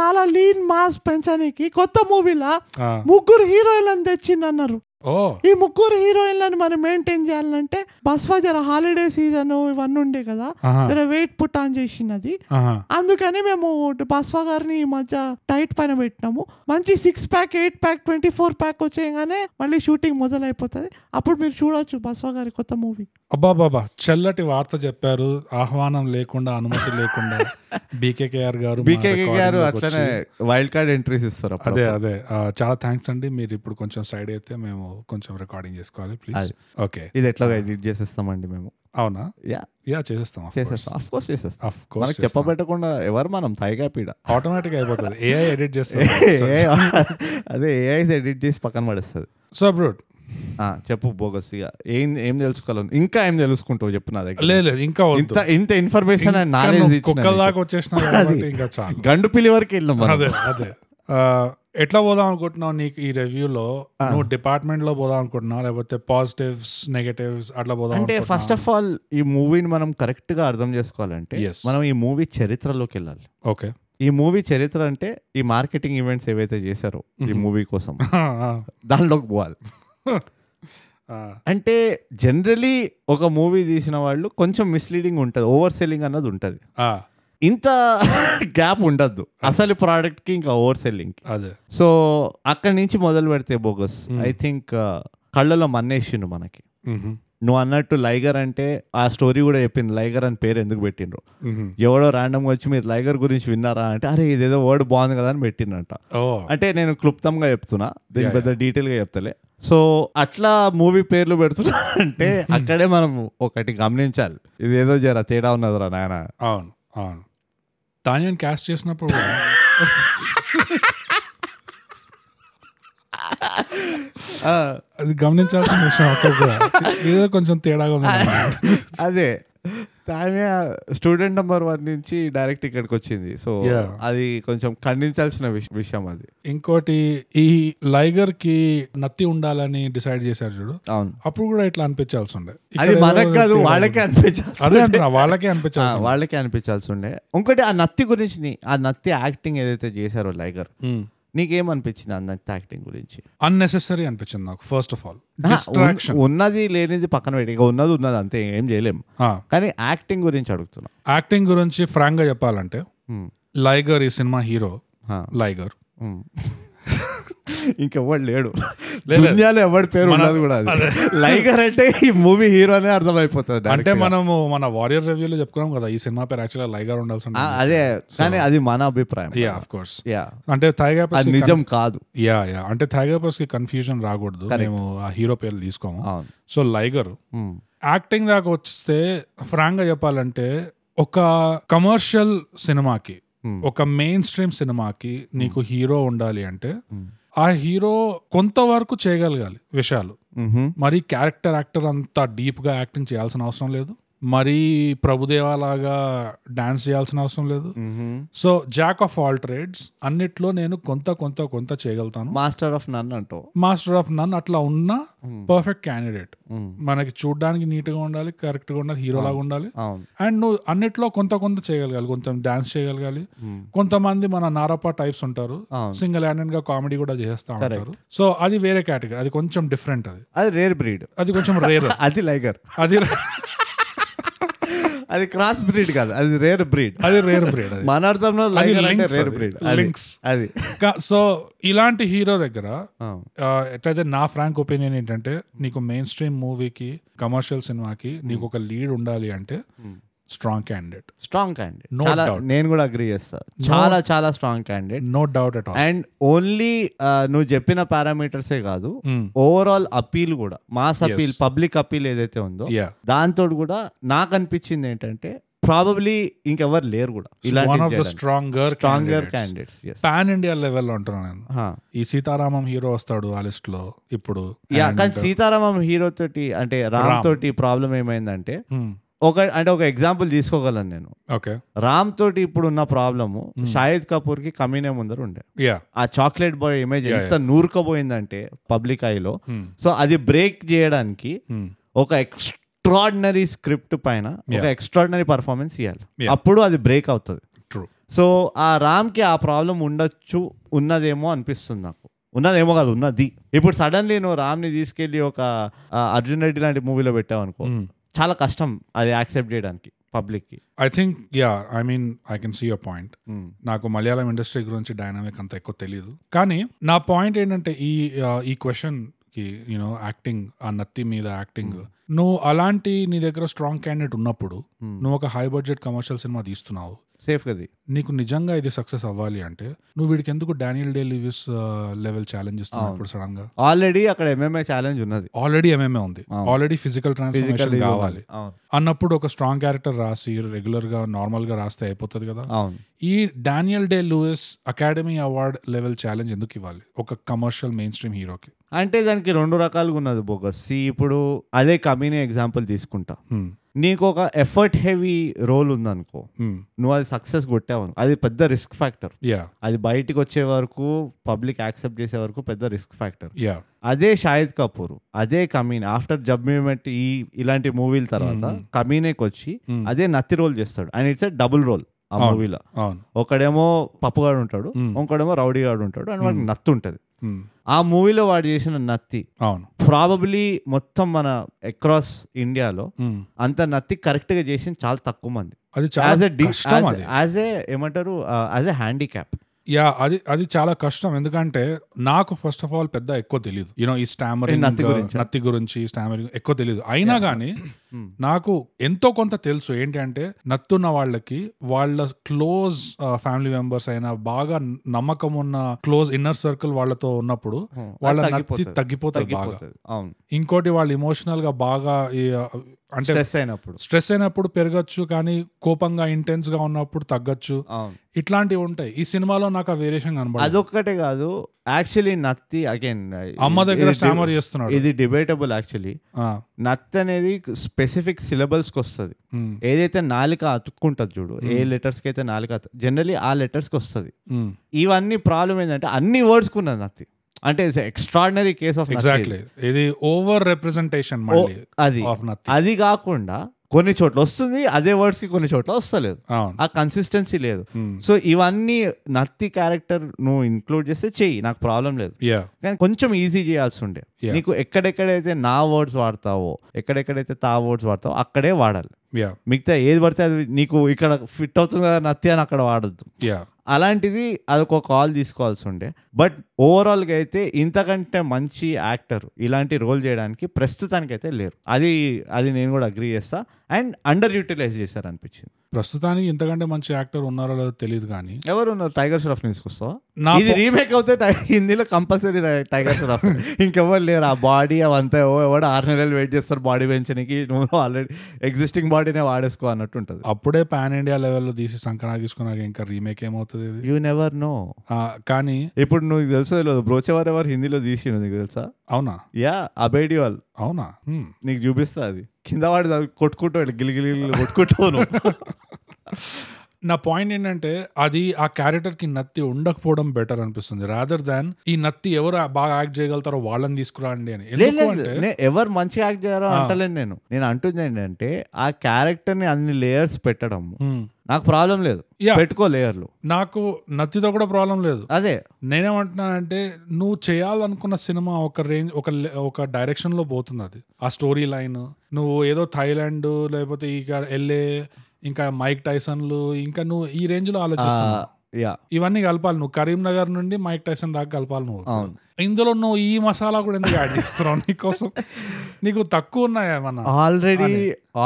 చాలా లీన్ మాస్ పెంచడానికి కొత్త మూవీలా
ఆ,
ముగ్గురు హీరోయిన్లను తెచ్చింది అన్నారు
ఓ
ఈ ముగ్గురు హీరోయిన్లను మనం మెయింటైన్ చేయాలంటే బస్వా జర హాలిడే సీజన్ ఇవన్నీ ఉండే కదా
ఆహా,
జర వెయిట్ పుట్ ఆన్ చేసినది
ఆహా.
అందుకని మేము బస్వా గారిని ఈ మధ్య టైట్ పైన పెట్టినాము మంచి six pack eight pack twenty four pack వచ్చేయగానే మళ్ళీ షూటింగ్ మొదలైపోతుంది అప్పుడు మీరు చూడొచ్చు బస్వా గారి కొత్త మూవీ
అబ్బా బాబా చల్లటి వార్త చెప్పారు ఆహ్వానం లేకుండా అనుమతి లేకుండా బీకేకేఆర్ గారు మన
బీకేకే గారు
recording లోకి
అట్లనే
వచ్చి-
వైల్డ్ కార్డ్ ఎంట్రీస్ ఇస్తారు అప్పుడు.
అదే అదే ఆ, చాలా థ్యాంక్స్ అండి మీరు ఇప్పుడు కొంచెం సైడ్ అయితే మేము కొంచెం రికార్డింగ్ చేసుకోవాలి ప్లీజ్
అది.
ఓకే
ఇది ఎట్లా ఎడిట్ చేసేస్తామండి మేము
అవునా
యా
యా చేసేస్తాం of course.
చేసేస్తాం ఆఫ్ కోర్స్ చేసేస్తాం
Of course
మనకు
చేస్తాం.
చెప్పబెట్టకుండా ఎవరు మనం తాయిగా పీడ
ఆటోమేటిక్ అయిపోతుంది ఏఐ ఎడిట్ చేస్తాం
ఏ- అదే ఏఐస్ ఎడిట్ చేసి పక్కన పడేస్తుంది
సో బ్రూట్
ఆ, చెప్పు బోగస్ ఇక ఏం ఏం తెలుసుకోవాలి ఇంకా ఏం తెలుసుకుంటావు చెప్పు నా దగ్గర
లేదు ఇంకా వద్దు
ఇంత ఇంత ఇన్ఫర్మేషన్ అండ్
ఇంకా
నాలెడ్జ్
నువ్వు కుక్కల
ఇచ్చిన
దాకా వచ్చేసిన కాబట్టి ఇంకా చాలు
గండు పిల్లి వరకు వెళ్ళాం మనం
అదే అదే ఆ, ఎట్లా పోదాం అనుకుంటున్నావు నీకు ఈ రివ్యూలో నువ్వు డిపార్ట్మెంట్ లో పోదాం అనుకుంటున్నావు లేకపోతే పాజిటివ్స్ నెగటివ్స్ అట్లా పోదాం
అంటే ఫస్ట్ ఆఫ్ ఆల్ ఈ మూవీని మనం కరెక్ట్ గా అర్థం చేసుకోవాలంటే
Yes.
మనం ఈ మూవీ చరిత్రలోకి వెళ్ళాలి
ఓకే
ఈ మూవీ చరిత్ర అంటే ఈ మార్కెటింగ్ ఈవెంట్స్ ఏవైతే చేశారో ఈ మూవీ కోసం దానిలోకి పోవాలి అంటే జనరలీ ఒక మూవీ తీసిన వాళ్ళు కొంచెం మిస్లీడింగ్ ఉంటుంది ఓవర్ సెల్లింగ్ అన్నది ఉంటుంది ఇంత గ్యాప్ ఉండద్దు అసలు product కి ఇంకా ఓవర్ సెల్లింగ్
అదే
సో అక్కడి నుంచి మొదలు పెడితే బోగస్ ఐ థింక్ కళ్ళలో మన్నేసిండు మనకి
మ్హూ.
నువ్వు అన్నట్టు లైగర్ అంటే ఆ స్టోరీ కూడా చెప్పింది లైగర్ అని పేరు ఎందుకు పెట్టిండ్రు
మ్హూ.
ఎవడో random గా వచ్చి మీరు లైగర్ గురించి విన్నారా అంటే అరే ఇదేదో వర్డ్ బాగుంది కదా అని పెట్టిండంట
ఓ
అంటే నేను క్లుప్తంగా చెప్తున్నా దీని
Yeah,
పెద్ద డీటెయిల్గా చెప్తలే సో అట్లా మూవీ పేర్లు పెడుతున్నా అంటే అక్కడే మనం ఒకటి గమనించాలి ఇదేదో జర తేడా ఉన్నదిరా నాయన
అవును అవును తాన్యం క్యాష్ చేసినప్పుడు కూడా అది గమనించాల్సిన విషయం అక్కడ కూడా ఏదో కొంచెం తేడాగా ఉంది
అదే తానే స్టూడెంట్ నెంబర్ వన్ నుంచి డైరెక్ట్ ఇక్కడికి వచ్చింది సో
Yeah.
అది కొంచెం ఖండించాల్సిన విష- విషయం అది
ఇంకోటి ఈ లైగర్ కి నత్తి ఉండాలని డిసైడ్ చేశారు చూడు
అవును
అప్పుడు కూడా ఇట్లా అనిపించాల్సి ఉండే
అది
ఇక్కడ
మనకు
ఏదో తేడా
కాదు
ఉంది.
వాళ్ళకే అనిపించాల్సి
అదే
ఉండే.
అంటున్నా వాళ్ళకే
ఆ,
అనిపించాల్సి ఉండే.
వాళ్ళకే అనిపించాల్సి ఉండే ఇంకోటి ఆ నత్తి గురించి నీ- ఆ నత్తి యాక్టింగ్ ఏదైతే చేశారో లైగర్
మ్మ్.
నీకేమనిపించింది ఆ నత్తి యాక్టింగ్ గురించి
అన్నెసెసరీ అనిపించింది నాకు ఫస్ట్ ఆఫ్ ఆల్
ఆ, ఉన్-
డిస్ట్రాక్షన్
ఉన్నది లేనిది పక్కన పెట్టి ఇక ఉన్నది ఉన్నది అంతే ఏం చేయలేం కానీ యాక్టింగ్ గురించి అడుగుతున్నా
యాక్టింగ్ గురించి ఫ్రాంక్ గా చెప్పాలంటే
Hmm.
లైగర్ ఈ సినిమా హీరో
ఆ,
లైగర్
ఉమ్. ఇంకెవ్వడు లేడు
లేదు.
దునియాలో ఎవడి పేరు
మన-
ఉన్నది కూడా అది లైగర్ అంటే ఈ మూవీ హీరోనే అర్థమైపోతుంది direct
అంటే
గా.
మనము మన వారియర్ రివ్యూలో చెప్పుకున్నాం కదా ఈ సినిమా పేరు యాక్చువల్గా లైగర్ ఉండాల్సి
ఆ, అదే కానీ అది మన అభిప్రాయం
యా ఆఫ్ కోర్స్
యా
అంటే థైగాపస్
అది నిజం కాదు
యా యా అంటే థైగాపస్ కి కన్ఫ్యూజన్ రాకూడదు మేము ఆ హీరో పేర్లు తీసుకోము
అవును
సో లైగర్
ఉమ్.
యాక్టింగ్ దాకా వస్తే ఫ్రాంక్ గా చెప్పాలంటే ఒక కమర్షియల్ సినిమాకి
Hmm.
ఒక మెయిన్ స్ట్రీమ్ సినిమాకి నీకు హీరో ఉండాలి అంటే
Hmm.
ఆ హీరో కొంతవరకు చేయగలగాలి విషయాలు
మ్హూ.
మరి క్యారెక్టర్ యాక్టర్ అంత డీప్ గా యాక్టింగ్ చేయాల్సిన అవసరం లేదు మరి ప్రభుదేవా లాగా డాన్స్ చేయాల్సిన అవసరం లేదు
మ్హూ.
So jack of all trades అన్నిట్లో నేను కొంత కొంత కొంత చేయగలుగుతాను
మాస్టర్ ఆఫ్ నన్ అంటావు
మాస్టర్ ఆఫ్ నన్ అట్లా ఉన్న
Hmm.
పర్ఫెక్ట్ క్యాండిడేట్
మ్మ్.
మనకి చూడడానికి నీట్ గా ఉండాలి కరెక్ట్ గా ఉండాలి హీరో లాగా ఉండాలి
అవును
అండ్ నువ్వు అన్నిట్లో కొంత కొంత చేయగలగాలి కొంత డాన్స్ చేయగలగాలి
మ్మ్.
కొంతమంది మన నారప్ప టైప్స్ ఉంటారు
అవును.
సింగిల్ హ్యాండెడ్ గా కామెడీ కూడా చేస్తా ఉంటారు సో అది వేరే కేటగిరీ అది కొంచెం డిఫరెంట్ అది
అది రేర్ బ్రీడ్
అది కొంచెం రేర్
అది లైగర్
అది
అది క్రాస్ బ్రీడ్ కాదు అది రేర్ బ్రీడ్
అది రేర్ బ్రీడ్ అది
మన అర్థంలో లైగర్ అంటే
lynx
రేర్
అది.
Breed
Lynx.
అది
కా- సో ఇలాంటి హీరో దగ్గర
అవును.
ఆ, ఎట్లయితే నా ఫ్రాంక్ ఒపీనియన్ ఏంటంటే నీకు మెయిన్ స్ట్రీమ్ మూవీకి కమర్షియల్ సినిమాకి నీకు ఒక లీడ్ ఉండాలి అంటే strong candidate
strong candidate
No
చాలా
doubt.
నేను కూడా అగ్రి చేస్తా చాలా చాలా strong candidate
no doubt at all
and only నువ్వు చెప్పిన పారామీటర్సే కాదు ఓవరాల్ అపీల్ కూడా మాస్ అపీల్ పబ్లిక్ అపీల్ ఏదైతే ఉందో
యా
దాంతో కూడా నాకు అనిపించింది ఏంటంటే ప్రాబబ్లీ ఇంకెవరు లేరు కూడా
వన్ ఆఫ్ ద
ఇలాంటి
stronger
stronger candidates as
pan India లెవెల్లో ఉంటున్నాను నేను ఈ సీతారామం హీరో వస్తాడు ఆ లిస్ట్ లో ఇప్పుడు
యా కానీ సీతారామం హీరో తోటి అంటే రామ్
రామ్.
తోటి ప్రాబ్లం ఏమైందంటే
Hmm,
ఒక అంటే ఒక ఎగ్జాంపుల్ తీసుకోగలను నేను
ఓకే
రామ్ తోటి ఇప్పుడు ఉన్న ప్రాబ్లము షాహిద్ కపూర్ కి కమీనే ముందర ఉండే
యా
ఆ చాక్లెట్ బాయ్ ఇమేజ్ ఎంత నూరుకపోయిందంటే పబ్లిక్ ఐలో
Hmm,
సో అది బ్రేక్ చేయడానికి ఒక ఎక్స్ట్రాడినరీ స్క్రిప్ట్ పైన ఒక ఎక్స్ట్రాడినరీ పర్ఫార్మెన్స్ ఇవ్వాలి
Yeah.
అప్పుడు అది బ్రేక్ అవుతుంది
ట్రూ
సో ఆ రామ్కి ఆ ప్రాబ్లం ఉండొచ్చు ఉన్నదేమో అనిపిస్తుంది నాకు ఉన్నదేమో కాదు ఉన్నది ఇప్పుడు సడన్లీ నువ్వు రామ్ని తీసుకెళ్ళి ఒక ఆ, అర్జున్ రెడ్డి లాంటి మూవీలో పెట్టావు అనుకో
Hmm.
చాలా కష్టం అది యాక్సెప్ట్ చేయడానికి పబ్లిక్కి
I think yeah I mean I can see your point
Hmm,
నాకు మలయాళం ఇండస్ట్రీ గురించి డైనామిక్ అంత ఎక్కువ తెలియదు కానీ నా పాయింట్ ఏంటంటే ఈ ఆ, ఈ క్వశ్చన్ కి యూనో యాక్టింగ్ ఆ నత్తి మీద యాక్టింగ్ నువ్వు అలాంటి నీ దగ్గర స్ట్రాంగ్ క్యాండిడేట్ ఉన్నప్పుడు
hmm.
నువ్వు ఒక హై బడ్జెట్ కమర్షియల్ సినిమా తీస్తున్నావు
సేఫ్ కది
నీకు నిజంగా ఇది సక్సెస్ అవ్వాలి అంటే నువ్వు వీడికి ఎందుకు Daniel Day Lewis level challenge ఇస్తున్నావు ఇప్పుడు సడన్ గా
ఆల్రెడీ అక్కడ ఎంఎంఏ ఛాలెంజ్ ఉన్నది
ఆల్రెడీ ఎంఎంఏ ఉంది ఆల్రెడీ ఫిజికల్ ట్రాన్స్ఫర్మేషన్
ఇది
కావాలి
అవును
అన్నప్పుడు ఒక స్ట్రాంగ్ క్యారెక్టర్ రాసి రెగ్యులర్ గా నార్మల్ గా రాస్తే అయిపోతుంది కదా
అవును
ఈ Daniel Day Lewis academy award level challenge ఎందుకు ఇవ్వాలి ఒక కమర్షియల్ మెయిన్ స్ట్రీమ్ హీరోకి
అంటే దానికి రెండు రకాలుగా ఉన్నది బోగస్ సి ఇప్పుడు అదే కమీనే ఎగ్జాంపుల్ తీసుకుంటా నీకు ఒక ఎఫర్ట్ హెవీ రోల్ ఉందనుకో నువ్వు అది సక్సెస్ కొట్టావు అనుకో. అది పెద్ద రిస్క్ ఫ్యాక్టర్
యా
అది బయటికి వచ్చే వరకు పబ్లిక్ యాక్సెప్ట్ చేసే వరకు పెద్ద రిస్క్ ఫ్యాక్టర్
యా
అదే షాహిద్ కపూర్ అదే కమీన్ ఆఫ్టర్ జబ్ మూమెంట్ ఈ ఇలాంటి మూవీల తర్వాత కమీనేకి వచ్చి
Hmm.
అదే నత్తి రోల్ చేస్తాడు and it's a double role ఆ మూవీలో
అవును
ఒకడేమో పప్పుగాడు ఉంటాడు
Hmm.
ఇంకోడేమో రౌడీగాడు ఉంటాడు అండ్ వాడికి నత్తి ఉంటుంది
Hmm.
ఆ మూవీలో వాడు చేసిన నత్తి
అవును
ప్రాబబ్లీ మొత్తం మన అక్రాస్ ఇండియాలో
Hmm.
అంత నత్తి కరెక్ట్గా చేసిన చాలా తక్కువ మంది
అది చాలా కష్టం అది
యాజ్ ఏ ఏమంటారు యాజ్ ఏ హ్యాండిక్యాప్
యా అది అది చాలా కష్టం ఎందుకంటే నాకు ఫస్ట్ ఆఫ్ ఆల్ పెద్ద ఎక్కువ తెలియదు యూనో ఈ స్టామరింగ్
నత్తి గురించి.
నత్తి గురించి స్టామరింగ్ ఎక్కువ తెలియదు అయినా కానీ
Hmm.
నాకు ఎంతో కొంత తెలుసు ఏంటి అంటే నత్తున్న వాళ్ళకి వాళ్ళ క్లోజ్ ఫ్యామిలీ మెంబర్స్ అయినా బాగా నమ్మకం ఉన్న క్లోజ్ ఇన్నర్ సర్కిల్ వాళ్ళతో ఉన్నప్పుడు
Hmm.
వాళ్ళ
అది
నత్తి
తగ్గిపోతుంది.
తగ్గిపోతాయి బాగా
తగ్గిపోతుంది అవును
ఇంకోటి వాళ్ళు ఇమోషనల్ గా బాగా ఈ, uh, అంటే
స్ట్రెస్ అయినప్పుడు
స్ట్రెస్ అయినప్పుడు పెరగచ్చు కానీ కోపంగా ఇంటెన్స్ గా ఉన్నప్పుడు తగ్గచ్చు
అవును
ఇట్లాంటివి ఉంటాయి ఈ సినిమాలో నాకు ఆ వేరియేషన్ కనబడదు
అదొక్కటే కాదు యాక్చువల్లీ నత్తి అగైన్
అమ్మ దగ్గర స్టామర్ చేస్తున్నాడు
ఇది డిబేటబుల్ యాక్చువల్లీ
ఆ,
నత్తి అనేది స్పెసిఫిక్ సిలబల్స్కి వస్తుంది
ఉమ్,
ఏదైతే నాలిక అతుక్కుంటుంది చూడు ఏ
Hmm.
లెటర్స్కి అయితే నాలిక జనరలీ ఆ లెటర్స్కి వస్తుంది
ఉమ్,
ఇవన్నీ ప్రాబ్లం ఏంటంటే అన్ని వర్డ్స్ ఉన్నది నత్తి అంటే ఎక్స్ట్రాడినరీ కేస్ ఆఫ్
ఎగ్జాక్ట్లీ ఇది ఓవర్ రిప్రజెంటేషన్ మళ్ళీ
అది
ఆఫ్ నథింగ్
అది కాకుండా కొన్ని చోట్ల వస్తుంది అదే వర్డ్స్ కి కొన్ని చోట్ల వస్తలేదు
అవును
ఆ కన్సిస్టెన్సీ లేదు
Hmm.
సో ఇవన్నీ నత్తి క్యారెక్టర్ నువ్వు ఇంక్లూడ్ చేస్తే చెయ్యి నాకు ప్రాబ్లం లేదు
యా
కానీ కొంచెం ఈజీ చేయాల్సి ఉండే
Yeah.
నీకు ఎక్కడెక్కడైతే నా వర్డ్స్ వాడతావో ఎక్కడెక్కడైతే తా వర్డ్స్ వాడతావో అక్కడే వాడాలి
యా
మిగతా ఏది పడితే అది నీకు ఇక్కడ ఫిట్ అవుతుంది కదా నత్తి అని అక్కడ వాడద్దు
యా
అలాంటిది అదొక కాల్ తీసుకోవాల్సి ఉండే బట్ ఓవరాల్గా అయితే ఇంతకంటే మంచి యాక్టర్ ఇలాంటి రోల్ చేయడానికి ప్రస్తుతానికైతే లేరు అది అది నేను కూడా అగ్రి చేస్తా అండ్ అండర్ యూటిలైజ్ చేశారు అనిపించింది
ప్రస్తుతానికి ఇంతకంటే మంచి యాక్టర్ ఉన్నారో లేదో తెలియదు కానీ
ఎవరున్నారు టైగర్ షరాఫ్ తీసుకొస్తావా
నా
ఇది రీమేక్ అవుతే టై- హిందీలో కంపల్సరీ టైగర్ షరాఫ్ ఇంకెవరు లేరు ఆ బాడీ అవంతా ఎవరు ఎవడు ఆరు నెలలు వెయిట్ చేస్తారు బాడీ పెంచడానికి నువ్వు ఆల్రెడీ ఎగ్జిస్టింగ్ బాడీనే వాడేసుకో అన్నట్టు ఉంటుంది
అప్పుడే పాన్ ఇండియా లెవెల్లో తీసి సంక్రాంతి తీసుకున్నాక ఇంకా రీమేక్ ఏమవుతుంది ఇది
యూ నెవర్ నో
ఆ, కానీ
ఇప్పుడు నువ్వు తెలుసో తెలియదు బ్రోచేవారు ఎవరు హిందీలో తీసిండు నీకు తెలుసా
అవునా
యా అబేడివాల్
అవునా హ్మ్.
నీకు చూపిస్తా అది కింద వాడు దాన్ని కొట్టుకుంటూ వెళ్ళి గిలిగిలి కొట్టుకుంటావు నువ్వు
నా పాయింట్ ఏంటంటే అది ఆ క్యారెక్టర్ కి నత్తి ఉండకపోవడం బెటర్ అనిపిస్తుంది రాదర్ దాన్ ఈ నత్తి ఎవరు బాగా యాక్ట్ చేయగలుగుతారో వాళ్ళని తీసుకురాండి అని
లేదు,
ఎందుకు
లేదు.
అంటే
నే- ఎవరు మంచిగా యాక్ట్ చేయారో అంటలేను నేను నేను అంటుంది ఏంటంటే ఆ క్యారెక్టర్ ని అన్ని లేయర్స్ పెట్టడం
హ్మ్.
నాకు ప్రాబ్లం లేదు
Yeah.
పెట్టుకో లేయర్లు
నాకు నత్తితో కూడా ప్రాబ్లం లేదు
అదే
నేనేమంటున్నానంటే నువ్వు చేయాలనుకున్న సినిమా ఒక రేంజ్ ఒక లె- ఒక డైరెక్షన్ లో పోతుంది అది ఆ స్టోరీ లైన్ నువ్వు ఏదో థాయిలాండ్ లేకపోతే ఇక ఎల్ఏ ఇంకా మైక్ టైసన్లు ఇంకా నువ్వు ఈ రేంజ్ లో ఆలోచిస్తున్నావు
యా
ఇవన్నీ కలపాలి నువ్వు కరీంనగర్ నుండి మైక్ టైసన్ దాకా కలపాలి నువ్వు
అవును.
ఇందులో నువ్వు ఈ మసాలా కూడా ఎందుకు యాడ్ చేస్తున్నావు నీకోసం నీకు తక్కువ ఉన్నాయా ఏమన్నా
ఆల్రెడీ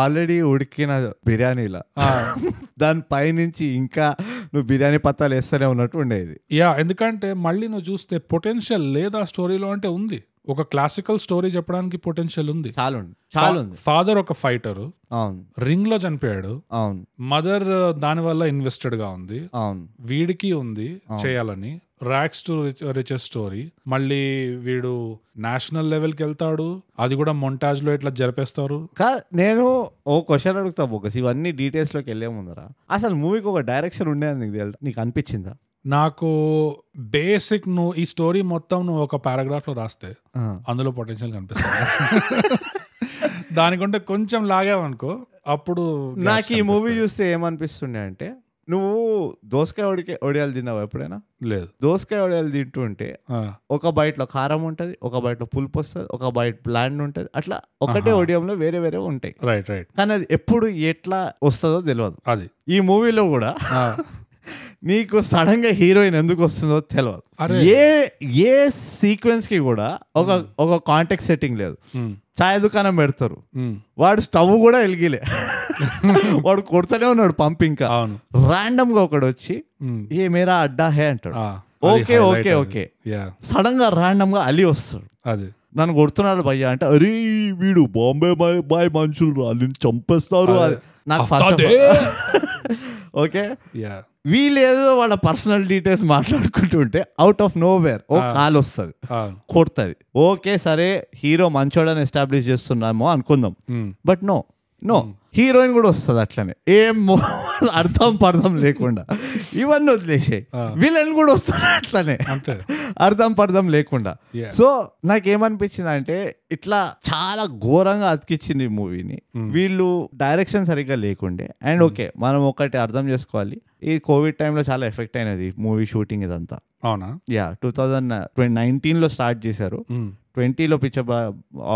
ఆల్రెడీ ఉడికిన బిర్యానీలా
ఆ,
దాని పైనుంచి ఇంకా నువ్వు బిర్యానీ పత్తాలు వేస్తూనే ఉన్నట్టు ఉండేది
యా ఎందుకంటే మళ్ళీ నువ్వు చూస్తే పొటెన్షియల్ లేదా స్టోరీలో అంటే ఉంది ఒక క్లాసికల్ స్టోరీ చెప్పడానికి పొటెన్షియల్ ఉంది
చాలు చాలు ఉంది
ఫాదర్ ఒక ఫైటరు
అవును
రింగ్ లో చనిపోయాడు
అవును
మదర్ దాని వల్ల ఇన్వెస్టెడ్ గా ఉంది
అవును
వీడికి ఉంది చేయాలని ర్యాక్స్ టు రిచెస్ స్టోరీ మళ్ళీ వీడు నేషనల్ లెవెల్కి వెళ్తాడు అది కూడా మొంటాజ్ లో ఇట్లా జరిపేస్తారు
కా నేను ఓ క్వశ్చన్ అడుగుతా బోకస్ ఇవన్నీ డీటెయిల్స్ లోకి వెళ్ళే ముందరా అసలు మూవీకి ఒక డైరెక్షన్ ఉండేది నీకు తెలుసా నీకు అనిపించిందా
నాకు బేసిక్ నువ్వు ఈ స్టోరీ మొత్తం నువ్వు ఒక పారాగ్రాఫ్ లో రాస్తే
ఆ.
అందులో పొటెన్షియల్ కనిపిస్తుంది దానికంటే కొంచెం లాగావనుకో అప్పుడు
నాకు ఈ మూవీ చూస్తే ఏమనిపిస్తుండే అంటే నువ్వు దోసకాయ ఉడికే ఒడియాలు తిన్నావు ఎప్పుడైనా
లేదు
దోసకాయ ఒడియాలు తింటుంటే
ఆ,
ఒక బయటలో కారం ఉంటుంది ఒక బయటలో పులుపు వస్తుంది ఒక బయట బ్లాండ్ ఉంటుంది అట్లా ఒకటే ఒడియంలో వేరే వేరే ఉంటాయి
రైట్ రైట్
కానీ అది ఎప్పుడు ఎట్లా వస్తుందో తెలియదు
అది
ఈ మూవీలో కూడా
ఆ,
నీకు సడన్ గా హీరోయిన్ ఎందుకు వస్తుందో తెలియదు
అరే.
ఏ ఏ సీక్వెన్స్ కి కూడా ఒక ఒక కాంటాక్ట్ సెట్టింగ్ లేదు
ఉమ్,
చాయ్ దుకాణం పెడతారు
ఉమ్,
వాడు స్టవ్ కూడా వెలిగిలే వాడు కొడతానే ఉన్నాడు పంప్ ఇంకా
అవును
ర్యాండమ్ గా ఒకడు వచ్చి
ఉమ్,
ఏ మేరా అడ్డా హే అంటాడు
ఆ, అది
ఓకే,
highlight
ఓకే,
అది.
ఓకే.
యా
సడన్ గా ర్యాండమ్ గా అలీ వస్తాడు
అది
నన్ను కొడుతున్నాడు భయ్య అంటే అరే వీడు బాంబే బాయ్ బాయ్ మనుషులు రా నిన్ను చంపేస్తారు అది నాకు ఫస్ట్ ఓకే
యా
వీళ్ళేదో వాళ్ళ పర్సనల్ డీటెయిల్స్ మాట్లాడుకుంటుంటే out of nowhere oh call వస్తుంది
అవును
కొడుతుంది ఓకే సరే హీరో మంచోడని ఎస్టాబ్లిష్ చేస్తున్నామో అనుకుందాం
um,
but no no heroine కూడా వస్తుంది అట్లనే ఏం మో- అర్థం పర్థం లేకుండా ఇవన్నీ వదిలేసాయి విలన్ కూడా వస్తాడు అట్లనే
అంతే
అర్థం పర్థం లేకుండా
Yeah.
సో నాకేమనిపించింది అంటే ఇట్లా చాలా ఘోరంగా అతికిచ్చింది ఈ మూవీని
Mm.
వీళ్ళు డైరెక్షన్ సరిగ్గా లేకుండే అండ్ ఓకే మనం ఒకటి అర్థం చేసుకోవాలి ఈ కోవిడ్ టైంలో చాలా ఎఫెక్ట్ అయినది మూవీ షూటింగ్ ఇదంతా
అవునా Mm,
yeah two thousand twenty నైన్టీన్లో స్టార్ట్ చేశారు
ఉమ్,
ట్వంటీలో పిక్చర్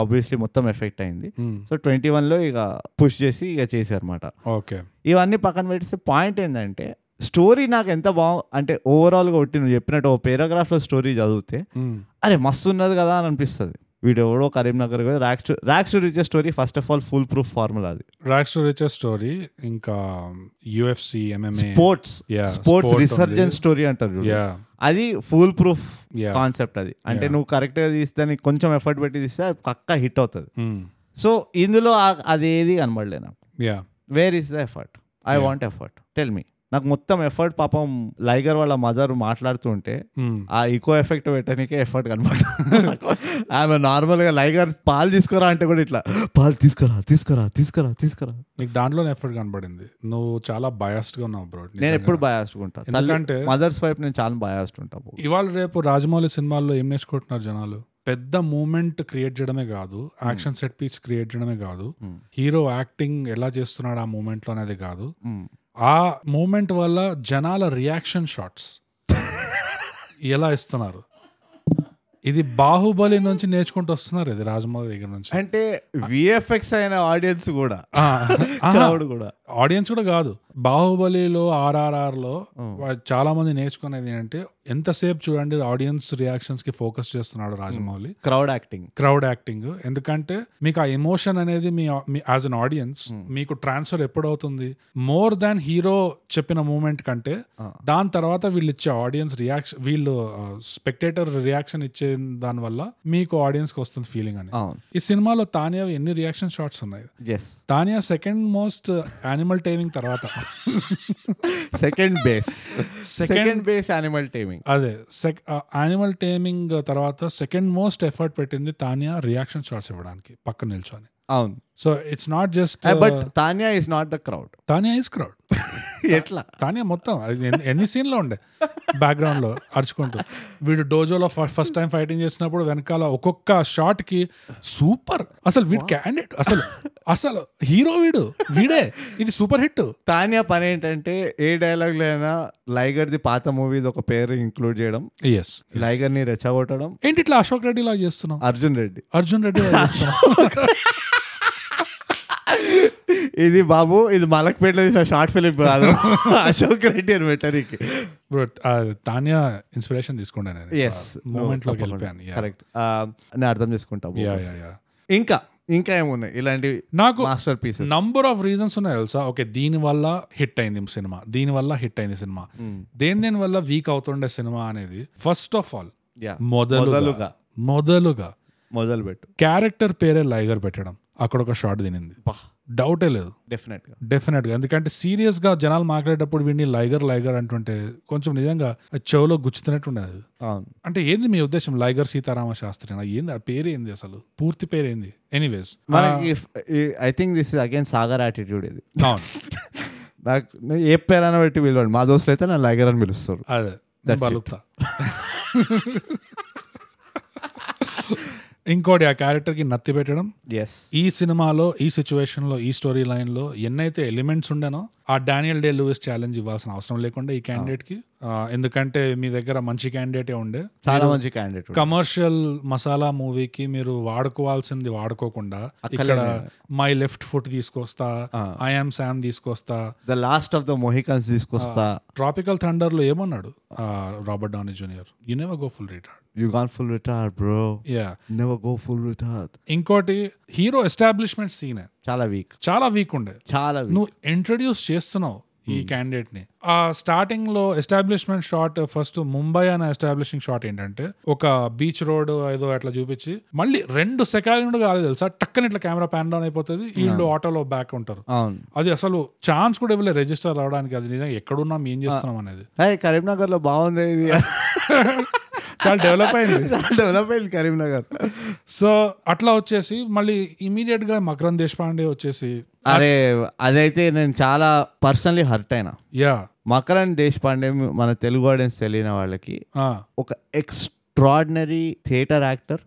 ఆబ్వియస్లీ మొత్తం ఎఫెక్ట్ అయింది
ఉమ్,
సో ట్వంటీ వన్లో ఇక పుష్ చేసి ఇక చేశారన్నమాట
ఓకే
ఇవన్నీ పక్కన పెట్టేస్తే పాయింట్ ఏంటంటే స్టోరీ నాకు ఎంత బాగు అంటే ఓవరాల్గా ఒట్టి నువ్వు చెప్పినట్టు ఓ పేరాగ్రాఫ్లో స్టోరీ చదివితే
ఉమ్,
అరే మస్తు ఉన్నది కదా అని అనిపిస్తుంది వీడు ఎవడో కరీంనగర్ కదా rags rags riches story first of all full proof formula అది
రాక్స్ రిచెస్ స్టోరీ ఇంకా um, UFC MMA
sports
Yeah,
sports
sport
resurgence
ఉంది.
స్టోరీ అంటారు చూడు.
యా
అది ఫుల్ ప్రూఫ్
Yeah.
కాన్సెప్ట్ అది అంటే నువ్వు కరెక్ట్గా తీస్తే దానికి కొంచెం ఎఫర్ట్ పెట్టి తీస్తే అది పక్కా హిట్ అవుతుంది
ఉమ్,
సో ఇందులో ఆ- అది ఏది కనబడలే నాకు
yeah
where is the effort I want effort tell me నాకు మొత్తం ఎఫర్ట్ పాపం లైగర్ వాళ్ళ మదర్ మాట్లాడుతుంటే
ఉమ్,
ఆ ఈకో ఎఫెక్ట్ పెట్టడానికే ఎఫర్ట్ కనబడ ఆమె నార్మల్గా లైగర్ పాలు తీసుకురా అంటే కూడా ఇట్లా పాలు తీసుకురా తీసుకురా తీసుకురా తీసుకురా
నీకు దాంట్లో ఎఫర్ట్ కనబడింది నువ్వు చాలా బయాస్డ్ గా ఉన్నావు బ్రో
నేను ఎప్పుడు బయాస్ట్ ఉంటాను
ఎందుకంటే-
మదర్స్ వైపు నేను చాలా బయాస్ట్ ఉంటాను
ఇవాళ రేపు రాజమౌళి సినిమాల్లో ఏం నేర్చుకుంటున్నారు జనాలు పెద్ద మూమెంట్ క్రియేట్ చేయడమే కాదు యాక్షన్ సెట్ పీస్ క్రియేట్ చేయడమే కాదు హీరో యాక్టింగ్ ఎలా చేస్తున్నాడు ఆ మూమెంట్ లో అనేది కాదు ఆ మూమెంట్ వల్ల జనాల రియాక్షన్ షాట్స్ ఎలా ఇస్తున్నారు ఇది బాహుబలి నుంచి నేర్చుకుంటూ వస్తున్నారు ఇది రాజమౌళి దగ్గర నుంచి
అంటే విఎఫ్ఎక్స్ అయిన ఆడియన్స్ కూడా
ఆ,
crowd కూడా
ఆడియన్స్ కూడా కాదు బాహుబలిలో ఆర్ఆర్ఆర్లో చాలా మంది నేర్చుకునేది ఏంటంటే ఎంతసేపు చూడండి ఆడియన్స్ రియాక్షన్స్ కి ఫోకస్ చేస్తున్నాడు Rajamouli
crowd acting
crowd acting ఎందుకంటే మీకు ఆ ఎమోషన్ అనేది మీ యాజ్ అన్ ఆడియన్స్ మీకు ట్రాన్స్ఫర్ ఎప్పుడవుతుంది మోర్ దాన్ హీరో చెప్పిన మూమెంట్ కంటే దాని తర్వాత వీళ్ళు ఇచ్చే ఆడియన్స్ రియాక్షన్ వీళ్ళు స్పెక్టేటర్ రియాక్షన్ ఇచ్చే దానివల్ల మీకు ఆడియన్స్ కి వస్తుంది ఫీలింగ్ అని
అవును
ఈ సినిమాలో తానియా ఎన్ని రియాక్షన్ షాట్స్ ఉన్నాయి
yes
Tanya second most animal timing తర్వాత
second base second base animal timing
అదే సెక్ యానిమల్ టైమింగ్ తర్వాత సెకండ్ మోస్ట్ ఎఫర్ట్ పెట్టింది తానియా రియాక్షన్ షాట్స్ ఇవ్వడానికి పక్కన నిల్చొని
అవును
so it's not just
but Tanya is not the crowd
uh, Tanya is crowd
ఎట్లా
తానియా మొత్తం అది ఎన్ని- ఎన్ని సీన్లో ఉండే బ్యాక్గ్రౌండ్ లో అరుచుకుంటూ వీడు డోజోలో ఫస్ట్ టైం ఫైటింగ్ చేసినప్పుడు వెనకాల ఒక్కొక్క షాట్ కి సూపర్ అసలు వీడు క్యాండిడేట్ అసలు అసలు హీరో వీడు వీడే ఇది సూపర్ హిట్
తానియా పని ఏంటంటే ఏ డైలాగ్ లేనా లైగర్ ది పాత మూవీది ఒక పేరు ఇంక్లూడ్ చేయడం
ఎస్
లైగర్ ని రెచ్చగొట్టడం
ఏంటి ఇట్లా అశోక్ రెడ్డి లాగా చేస్తున్నావు
అర్జున్ రెడ్డి
అర్జున్ రెడ్డి లాగా చేస్తున్నావు
ఇది బాబు ఇది మలక్పేటలో తీసిన షార్ట్ ఫిలిం కాదు అశోక్ రెడ్డి అని పెట్టారికి
Bro, ఆ, తానియా ఇన్స్పిరేషన్ తీసుకున్నా నేను
ఎస్
మూమెంట్ లోకి వెళ్ళిపోయాను Yeah.
కరెక్ట్ Uh, నేను అర్థం చేసుకుంటాము
Yeah, yeah, yeah.
ఇంకా ఇంకా ఏమున్నాయి ఇలాంటివి
నాకు
masterpieces
number of reasons ఉన్నాయి తెలుసా ఓకే దీని వల్ల హిట్ అయింది సినిమా దీని వల్ల హిట్ అయింది సినిమా దేని దేని వల్ల వీక్ అవుతుండే సినిమా అనేది ఫస్ట్ ఆఫ్ ఆల్
Yeah.
మొదలుగా
మొదలుగా.
మొదలుగా
మొదలు పెట్టు
క్యారెక్టర్ పేరే లైగర్ పెట్టడం అక్కడ ఒక షాట్ తినింది డౌటే లేదు
డెఫినెట్ గా
డెఫినెట్ గా ఎందుకంటే సీరియస్ గా జనాలు మాట్లాడేటప్పుడు వీడిని లైగర్ లైగర్ అంటుంటే కొంచెం నిజంగా అది చెవులో గుచ్చుతున్నట్టు ఉండేది
అవును
అంటే ఏంది మీ ఉద్దేశం లైగర్ సీతారామ శాస్త్రి నా ఏంది ఆ పేరు ఏంది అసలు పూర్తి పేరు ఏంది ఎనీవేస్
మనకి I think this is again Sagar attitude ఇది
అవును
నాకు నేను ఏ పేరైనా పెట్టి పిలవండి మా దోస్తులు అయితే నన్ను లైగర్ అని పిలుస్తారు
అదే నేను
That's it.
బలుకుతా ఇంకోటి ఆ క్యారెక్టర్ కి నత్తి పెట్టడం
ఎస్
ఈ సినిమాలో ఈ సిచ్యువేషన్ లో ఈ స్టోరీ లైన్ లో ఎన్నైతే ఎలిమెంట్స్ ఉండనో ఆ డానియల్ డే లూయిస్ ఛాలెంజ్ ఇవ్వాల్సిన అవసరం లేకుండా ఈ క్యాండిడేట్ కి ఆ, ఎందుకంటే మీ దగ్గర మంచి క్యాండిడేటే ఉండే
చాలా మంచి క్యాండిడేట్
కమర్షియల్ మసాలా మూవీకి మీరు వాడుకోవాల్సింది వాడుకోకుండా ఇక్కడ మై లెఫ్ట్ ఫుట్ తీసుకొస్తా ఐఎమ్ శామ్ తీసుకొస్తా
the last of the Mohicans తీసుకొస్తా
ట్రాపికల్ థండర్ లో ఏమన్నాడు ఆ, Robert Downey junior you never go full retard
you gone full retard bro
yeah
never go full retard
ఇంకోటి హీరో ఎస్టాబ్లిష్మెంట్ సీనే
చాలా వీక్
చాలా వీక్ ఉండే
చాలా వీక్
నువ్వు ఇంట్రడ్యూస్ చేస్తున్నావు ఈ క్యాండిడేట్ ని ఆ స్టార్టింగ్ లో ఎస్టాబ్లిష్మెంట్ షాట్ ఫస్ట్ ముంబై అనే ఎస్టాబ్లిషింగ్ షాట్ ఏంటంటే ఒక బీచ్ రోడ్ ఏదో అట్లా చూపించి మళ్ళీ రెండు సెకండ్ కాదు తెలుసా టక్కన ఇట్లా కెమెరా ప్యాన్ డౌన్ అయిపోతుంది వీళ్ళు ఆటోలో బ్యాక్ ఉంటారు
అవును
అది అసలు ఛాన్స్ కూడా ఇవ్వలే రిజిస్టర్ అవడానికి అది నిజంగా ఎక్కడున్నాం ఏం చేస్తున్నాం అనేది
అయ్యి కరీంనగర్ లో బాగుంది ఇది
చాలా డెవలప్ అయింది
డెవలప్ అయింది కరీంనగర్
సో అట్లా వచ్చేసి మళ్ళీ ఇమీడియట్ గా మకరం దేశపాండే వచ్చేసి
అరే అదైతే నేను చాలా పర్సనలీ హర్ట్ అయినా
యా
మకరణ్ దేశ్ పాండే మన తెలుగు ఆడియన్స్ తెలియని వాళ్ళకి ఒక extraordinary theatre actor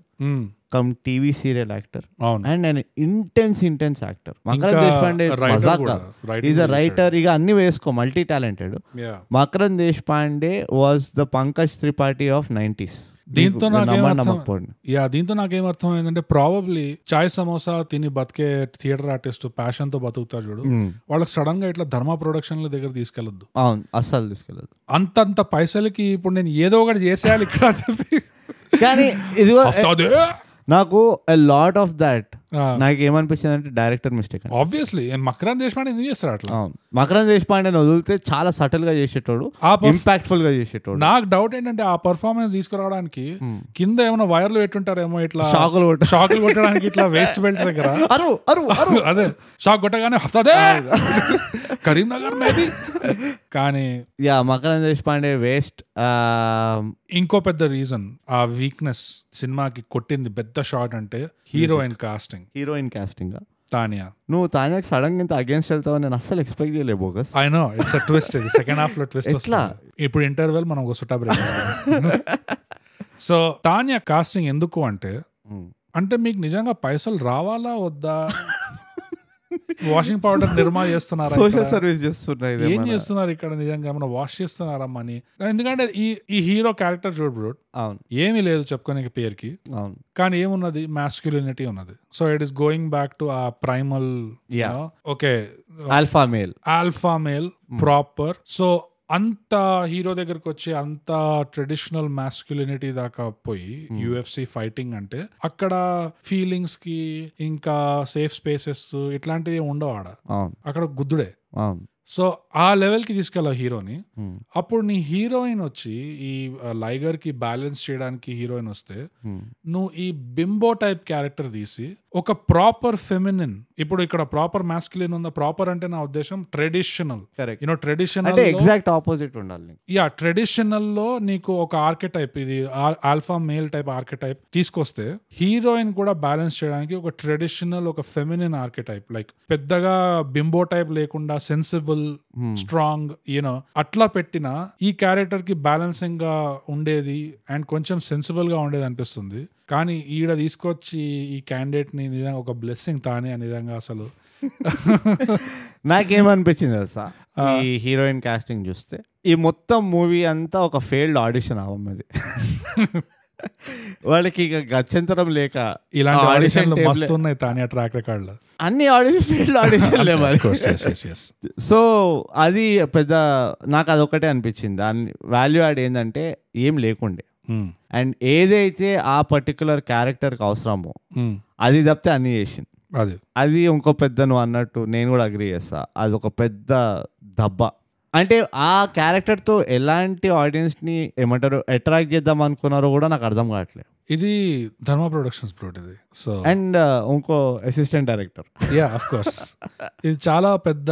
cum TV serial actor
hmm, అవును
అండ్ నేను ఇంటెన్స్ ఇంటెన్స్ యాక్టర్ మకరణ్
ఇంకా
దేశ్ పాండే
writer కూడా. Writing
ఈజ్ అ
కూడా
రైటర్ ఇక అన్ని వేసుకో multi talented
yeah
Makarand Deshpande was the Pankaj Tripathi of nineties
దీంతో నాకేం అర్థం
నమ్మకపోండి
యా దీంతో నాకేం అర్థం ఏంటంటే ప్రాబబ్లీ చాయ్ సమోసా తిని బతికే థియేటర్ ఆర్టిస్ట్ ప్యాషన్ తో బతుకుతారు చూడు వాళ్ళకి సడన్ గా ఇట్లా ధర్మ ప్రొడక్షన్ దగ్గర తీసుకెళ్ళొద్దు
అవును అస్సలు తీసుకెళ్ళదు
అంతంత పైసలకి ఇప్పుడు నేను ఏదో ఒకటి చేసేయాలి ఇక్కడ అని చెప్పి
కానీ ఇది
అదే
నాకు లాట్ ఆఫ్ దాట్ నాకు ఏమనిపించింది అంటే డైరెక్టర్ మిస్టేక్ అని
ఆబ్వియస్లీ మకరం దేశపాండే ఎందుకు చేస్తారు అట్లా
అవును మకరం దేశ్ పాండేని వదిలితే చాలా సటిల్ గా చేసేటోడు
ఆ perf-
ఇంపాక్ట్ఫుల్ గా చేసేటోడు
నాకు డౌట్ ఏంటంటే ఆ పర్ఫార్మెన్స్ తీసుకురావడానికి కింద ఏమైనా వైర్లు పెట్టుంటారేమో ఇట్లా
షాకులు కొట్ట-
షాకులు కొట్టడానికి ఇట్లా వేస్ట్ బెల్ట్ దగ్గర
అరు అరు అరు
అదే షాక్ కొట్టగానే వస్తుందే కరీంనగర్ మేబీ కానీ
యా మకరం దేశ్ పాండే వేస్ట్
ఇంకో పెద్ద రీజన్ ఆ వీక్నెస్ సినిమాకి కొట్టింది పెద్ద షాట్ అంటే heroine casting
heroine casting
Tanya
నువ్వు తాజాకి సడన్ ఇంత అగేన్స్ట్ వెళ్తావు నేను అస్సలు ఎక్స్పెక్ట్ చేయలేదు bogus
I know it's twist ఇది సెకండ్ హాఫ్ లో ట్విస్ట్
ఎట్లా?
వస్తుంది ఇప్పుడు ఇంటర్వెల్ మనం ఒక సుట్టా బ్రేక్ సో తానియా కాస్టింగ్ ఎందుకు అంటే అంటే మీకు నిజంగా పైసలు రావాలా వద్దా వాషింగ్ పౌడర్ నిర్మాణ చేస్తున్నారా
సోషల్
ఇక్కడ?
సర్వీస్ చేస్తున్నాయి ఇది
ఏం
మన-
చేస్తున్నారు ఇక్కడ నిజంగా ఏమైనా వాష్ చేస్తున్నారా మనీ ఎందుకంటే ఈ ఈ హీరో క్యారెక్టర్ చూడు బ్రో
అవును
ఏమీ లేదు చెప్పుకోనికి పేరుకి
అవును
కానీ ఏమున్నది మాస్క్యులినిటీ ఉన్నది so it is going back to ఆ primal
Yeah.
Okay
alpha male
alpha male proper so అంత హీరో దగ్గరకు వచ్చి అంత ట్రెడిషనల్ మాస్క్యులినిటీ దాకా పోయి యుఎఫ్సి ఫైటింగ్ అంటే అక్కడ ఫీలింగ్స్ కి ఇంకా సేఫ్ స్పేసెస్ ఇట్లాంటివి ఉండవు ఆడ
అవును
అక్కడ గుద్దుడే
అవును
సో ఆ లెవెల్కి తీసుకెళ్ళావు హీరోని
Hmm.
అప్పుడు నీ హీరోయిన్ వచ్చి ఈ లైగర్కి బ్యాలెన్స్ చేయడానికి హీరోయిన్ వస్తే
Hmm.
నువ్వు ఈ బింబో టైప్ క్యారెక్టర్ తీసి ఒక ప్రాపర్ ఫెమినిన్ ఇప్పుడు ఇక్కడ ప్రాపర్ మాస్కులిన్ ఉందా ప్రాపర్ అంటే నా ఉద్దేశం ట్రెడిషనల్
కరెక్ట్
యూనో ట్రెడిషనల్
అంటే ఎగ్జాక్ట్ ఆపోజిట్ ఉండాలి నీకు.
యా ట్రెడిషనల్ లో నీకు ఒక ఆర్కెటైప్ ఇది ఆల్ఫా మేల్ టైప్ ఆర్కెటైప్ తీసుకొస్తే హీరోయిన్ కూడా బ్యాలెన్స్ చేయడానికి ఒక ట్రెడిషనల్ ఒక ఫెమినిన్ ఆర్కెటైప్ లైక్ పెద్దగా బింబో టైప్ లేకుండా సెన్సిబుల్
Hmm.
స్ట్రాంగ్ యూనో అట్లా పెట్టిన ఈ క్యారెక్టర్ కి బ్యాలెన్సింగ్ గా ఉండేది అండ్ కొంచెం సెన్సిబుల్ గా ఉండేది అనిపిస్తుంది కానీ ఈడ తీసుకొచ్చి ఈ క్యాండిడేట్ ని నిజంగా ఒక బ్లెస్సింగ్ తానే అని నిజంగా అసలు
నాకేమనిపించింది తెలుసా ఈ హీరోయిన్ కాస్టింగ్ చూస్తే ఈ మొత్తం మూవీ అంతా ఒక ఫెయిల్డ్ ఆడిషన్ అవమ్మది వాళ్ళకి ఇక గత్యంతరం లేక
ఇలాంటి
ఆ audition
ఆడిషన్లు
tape లే-
మస్తు ఉన్నాయి తానే ట్రాక్ రికార్డ్ లో
అన్ని ఆడిషన్ ఫెయిల్డ్ ఆడిషన్ లే మరి సో అది పెద్ద నాకు అదొకటే అనిపించింది దాని వాల్యూ యాడ్ ఏంటంటే ఏం లేకుండే
Hmm.
అండ్ ఏదైతే ఆ పర్టికులర్ క్యారెక్టర్కి అవసరమో
Hmm.
అది తప్పితే అన్నీ చేసింది
అదే
అది ఇంకో పెద్ద నువ్వు అన్నట్టు నేను కూడా అగ్రి చేస్తా అది ఒక పెద్ద దెబ్బ అంటే ఆ క్యారెక్టర్తో ఎలాంటి ఆడియన్స్ని ఏమంటారు అట్రాక్ట్ చేద్దాం అనుకున్నారో కూడా నాకు అర్థం కావట్లేదు
ఇది ధర్మ ప్రొడక్షన్స్ బ్రోట్ ఇది సో
అండ్ uh, ఇంకో assistant director
yeah of course ఇది చాలా పెద్ద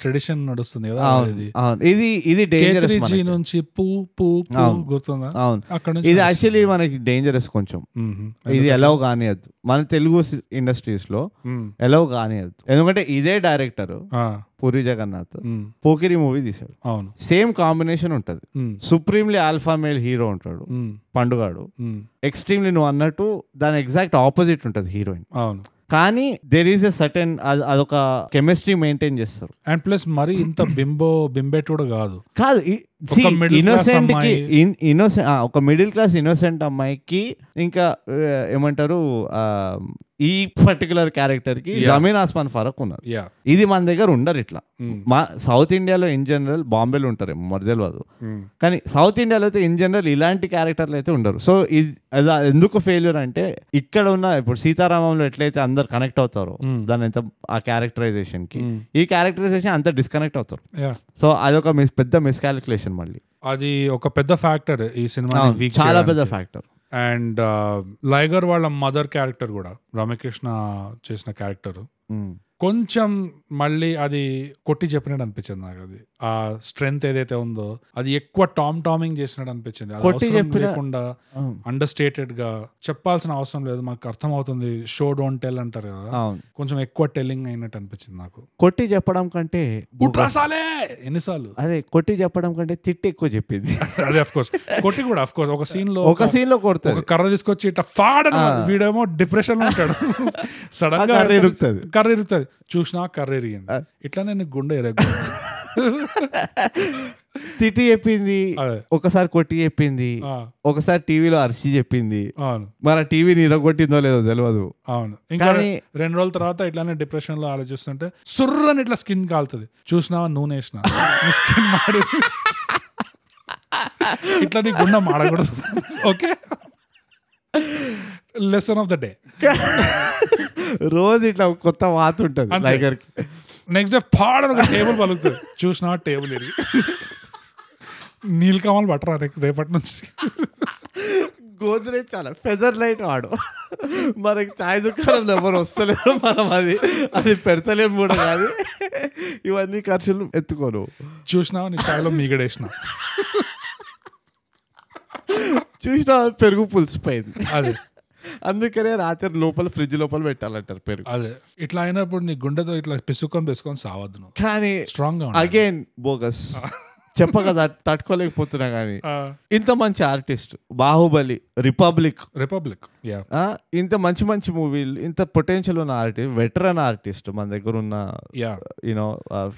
ట్రెడిషన్ నడుస్తుంది కదా ఇది
అవును ఇది ఇది డేంజరస్
కేత్రిజీ నుంచి పూ పూ పూ
అవును.
గుర్తుందా
అవును
అక్కడ నుంచి
ఇది యాక్చువల్లీ మనకి డేంజరస్ కొంచెం
మ్మ్.
ఇది ఎలవ్ కానియద్దు మన తెలుగు సి- ఇండస్ట్రీస్లో
మ్మ్.
ఎలవ్ కానియద్దు ఎందుకంటే ఇదే డైరెక్టర్
ఆ,
పూరి జగన్నాథ్
మ్మ్.
పోకిరి మూవీ తీశాడు
అవును
సేమ్ కాంబినేషన్ ఉంటుంది
మ్మ్.
సుప్రీంలీ ఆల్ఫా మేల్ హీరో ఉంటాడు
మ్మ్.
పండుగాడు
మ్మ్.
ఎక్స్ట్రీమ్లీ నువ్వు అన్నట్టు దాని ఎగ్జాక్ట్ ఆపోజిట్ ఉంటుంది హీరోయిన్
అవును
కానీ దెర్ ఈస్ ఎ సర్టెన్ అదొక కెమిస్ట్రీ మెయింటైన్ చేస్తారు
అండ్ ప్లస్ మరి ఇంత బింబో బింబెట్ కూడా కాదు
కాదు
ఒక middle class
ఇన్నోసెంట్ కి
అమ్మాయి.
ఇన్నోసెంట్ ఒక మిడిల్ క్లాస్ ఇన్నోసెంట్ అమ్మాయికి ఇంకా ఆ, ఏమంటారు ఆ, ఈ పర్టికులర్ క్యారెక్టర్ కి జమీన్ ఆస్మాన్ ఫరక్ ఉన్నది
యా
ఇది మన దగ్గర ఉండరు ఇట్లా
Hmm.
మా సౌత్ ఇండియాలో ఇన్ జనరల్ బాంబేలో ఉంటారు మరి తెలియదు కానీ సౌత్ ఇండియాలో అయితే ఇన్ జనరల్ ఇలాంటి క్యారెక్టర్లు అయితే ఉండరు సో ఇది అది ఎందుకు ఫెయిల్యూర్ అంటే ఇక్కడ ఉన్న ఇప్పుడు సీతారామంలో ఎట్లయితే అందరు కనెక్ట్ అవుతారో దాని అంత ఆ క్యారెక్టరైజేషన్ కి ఈ క్యారెక్టరైజేషన్ అంత డిస్కనెక్ట్ అవుతారు
యా
సో అదొక మిస్ పెద్ద మిస్కాలిక్యులేషన్ మళ్ళీ
అది ఒక పెద్ద ఫ్యాక్టర్ ఈ సినిమా
అవును,
వీక్
చాలా పెద్ద ఫ్యాక్టర్
అండ్ లైగర్ వాళ్ళ మదర్ క్యారెక్టర్ కూడా రమ్యకృష్ణ చేసిన క్యారెక్టర్ కొంచెం మళ్ళీ అది కొట్టి చెప్పినట్టు అనిపించింది నాకు అది ఆ స్ట్రెంగ్త్ ఏదైతే ఉందో అది ఎక్కువ టామ్ టామింగ్ చేసినట్టు అనిపించింది అది
కొట్టి
అవసరం
చెప్పిన-
లేకుండా
అవును.
అండర్ స్టేటెడ్ గా చెప్పాల్సిన అవసరం లేదు మాకు అర్థం అవుతుంది షో డోంట్ టెల్ అంటారు కదా
అవును
కొంచెం ఎక్కువ టెల్లింగ్ అయినట్టు అనిపించింది నాకు
కొట్టి చెప్పడం కంటే
"ఉట్రా సాలే ఎన్నిసార్లు
అదే కొట్టి చెప్పడం కంటే తిట్టి ఎక్కువ చెప్పింది
అదే అఫ్ కోర్స్ కొట్టి కూడా అఫ్ కోర్స్ ఒక సీన్ లో
ఒక సీన్ లో
ఒక
కొడుతుంది
కర్ర తీసుకొచ్చి ఇట్లా ఫాడని వీడేమో డిప్రెషన్ లో ఉంటాడు సడన్ గా
ఆ కర్ర ఇరుగుతది.
కర్ర ఇరుగుతుంది చూసినా కర్ర ఇరిగింది ఇట్లా నేను గుండె ఇరగ
తిట్టి చెప్పింది
అదే.
ఒకసారి కొట్టి చెప్పింది
ఆ,
ఒకసారి టీవీలో అరిచి చెప్పింది
అవును
మరి ఆ టీవీని ఇరగొట్టిందో లేదో తెలియదు
అవును ఇంకా
కానీ-
రెండు రోజుల తర్వాత ఇట్లానే డిప్రెషన్ లో ఆలోచిస్తుంటే సుర్రని ఇట్లా స్కిన్ కాలుతుంది చూసినావా నూనె వేసిన స్కిన్ మాడి ఇట్లా నీ గుండె మాడకూడదు okay lesson of the day
రోజు ఇట్లా కొత్త వాత ఉంటుంది
అంతే.
లైగర్
నెక్స్ట్ డే పాడ ఒక టేబుల్ పలుకుతుంది చూసినా టేబుల్ ఇది నీలకమల్ పట్టరా రేపు- రేపటి నుంచి
గోద్రేజ్ చాలా ఫెదర్ లైట్ వాడు మనకి చాయ్ దుకాణంలో ఎవరు వస్తలేరు మనం అది అది పెడతలేము కూడా కాదు ఇవన్నీ ఖర్చులు ఎత్తుకోను
చూసినా నీ ఛాయలో మీగడేసిన
చూసినా పెరుగు పులిసిపోయింది
అదే
అందుకనే రాత్రి లోపల ఫ్రిడ్జ్ లోపల పెట్టాలంటారు పెరుగు
అదే ఇట్లా అయినప్పుడు నీ గుండెతో ఇట్లా పిసుకొని పెసుకొని సావద్దు నువ్వు
కానీ
స్ట్రాంగ్ గా ఉండాలి.
అగైన్ బోగస్ చెప్పక తట్- తట్టుకోలేకపోతున్నా కానీ ఇంత మంచి artist Baahubali republic
republic yeah
ఆ, ఇంత మంచి మంచి మూవీలు ఇంత పొటెన్షియల్ ఉన్న ఆర్టిస్ట్ వెటరన్ ఆర్టిస్ట్ మన దగ్గర ఉన్న
యా
యూనో